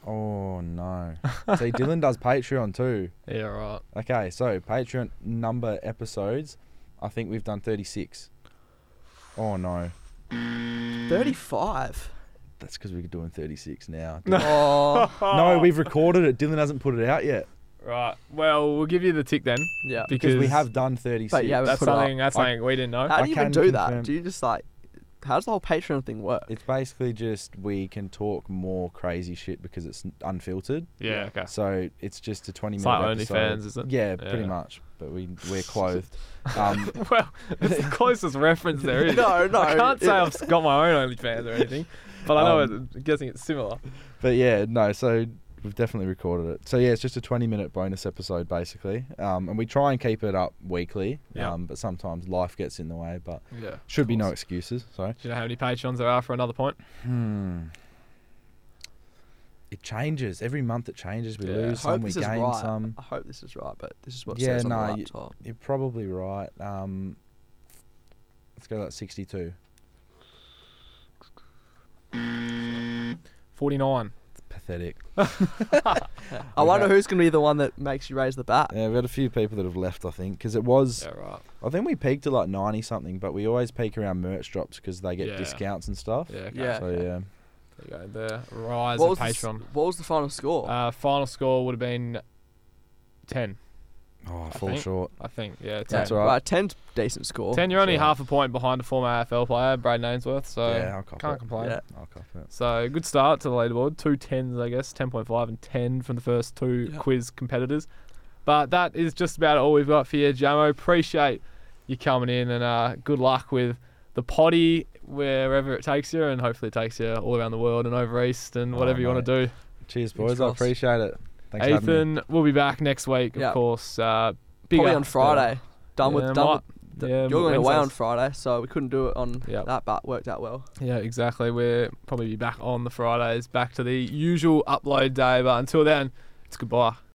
Oh no. See, Dylan does Patreon too.
Yeah, right.
Okay, so Patreon number episodes. I think we've done thirty six. Oh no.
Thirty-five.
That's because we're doing 36 now.
Oh,
No, we've recorded it. Dylan hasn't put it out yet
Right. Well, we'll give you the tick then.
yeah.
Because
because we have done 36.
But yeah,
That's
put it up.
something. That's
I-
something we didn't know.
How
I
do you even
can
do
confirm.
that? Do you just like? How does the whole Patreon thing work?
It's basically just we can talk more crazy shit because it's unfiltered.
yeah. Okay.
So it's just a 20
It's
minute
like
episode.
OnlyFans, is it?
Yeah, pretty
Yeah.
much. But we we're clothed. Um,
Well, it's the closest reference there is.
No, no.
I can't say
it-
I've got my own OnlyFans or anything, but I know.
Um,
it- I'm guessing it's similar.
but yeah, no. So we've definitely recorded it. So yeah, it's just a 20 minute bonus episode basically. Um, and we try and keep it up weekly.
Yeah.
Um, but sometimes life gets in the way. But
Yeah. Do
should be no excuses. Sorry.
you know how many patrons there are for another point?
Hmm. It changes every month. It changes. We
Yeah.
lose
I
some.
hope
We
this is
gain
right.
some.
I hope this is right, but this is what it
Yeah,
says on
nah,
the
you-
laptop.
You're probably right. Um, let's go to that 62.
49.
It's pathetic.
I
We've
wonder
had-
who's gonna be the one that makes you raise the bat.
Yeah, we've had a few people that have left, I think, because it was.
Yeah. Right.
I think we peaked at like 90 something, but we always peak around merch drops because they get
Yeah.
discounts and stuff.
Yeah. Okay.
Yeah.
So, yeah.
There you go. The rise
What
of
was, the, s-
Patreon.
what was the final score?
Uh, final score would have been 10,
Oh, I
I
fall
think-
short.
I think. Yeah, 10.
That's all right.
Right, ten's decent score.
10, you're only
That's all
half a point behind a former AFL player, Brad Ainsworth, so
yeah, I'll cop
can't
it.
complain.
Yeah.
I'll cop it.
So good start to the leaderboard. Two tens, I guess, ten point five and ten from the first two
Yeah.
quiz competitors. But that is just about all we've got for you, Jamo. Appreciate you coming in and uh, good luck with the potty wherever it takes you, and hopefully it takes you all around the world and over east and
Oh,
whatever you want to do.
Cheers,
Fingers
boys. I
crossed.
appreciate it. Thanks for having me.
Ethan, we'll be back next week,
Yeah.
of course. Uh, big
Probably
up
on
to-
Friday. Done
Yeah,
with done
might-
with the,
yeah,
You're going away
Wednesdays.
on Friday, so we couldn't do it on
Yep.
that, but worked out well.
Yeah, exactly. We'll probably be back on the Fridays, back to the usual upload day. But until then, it's goodbye.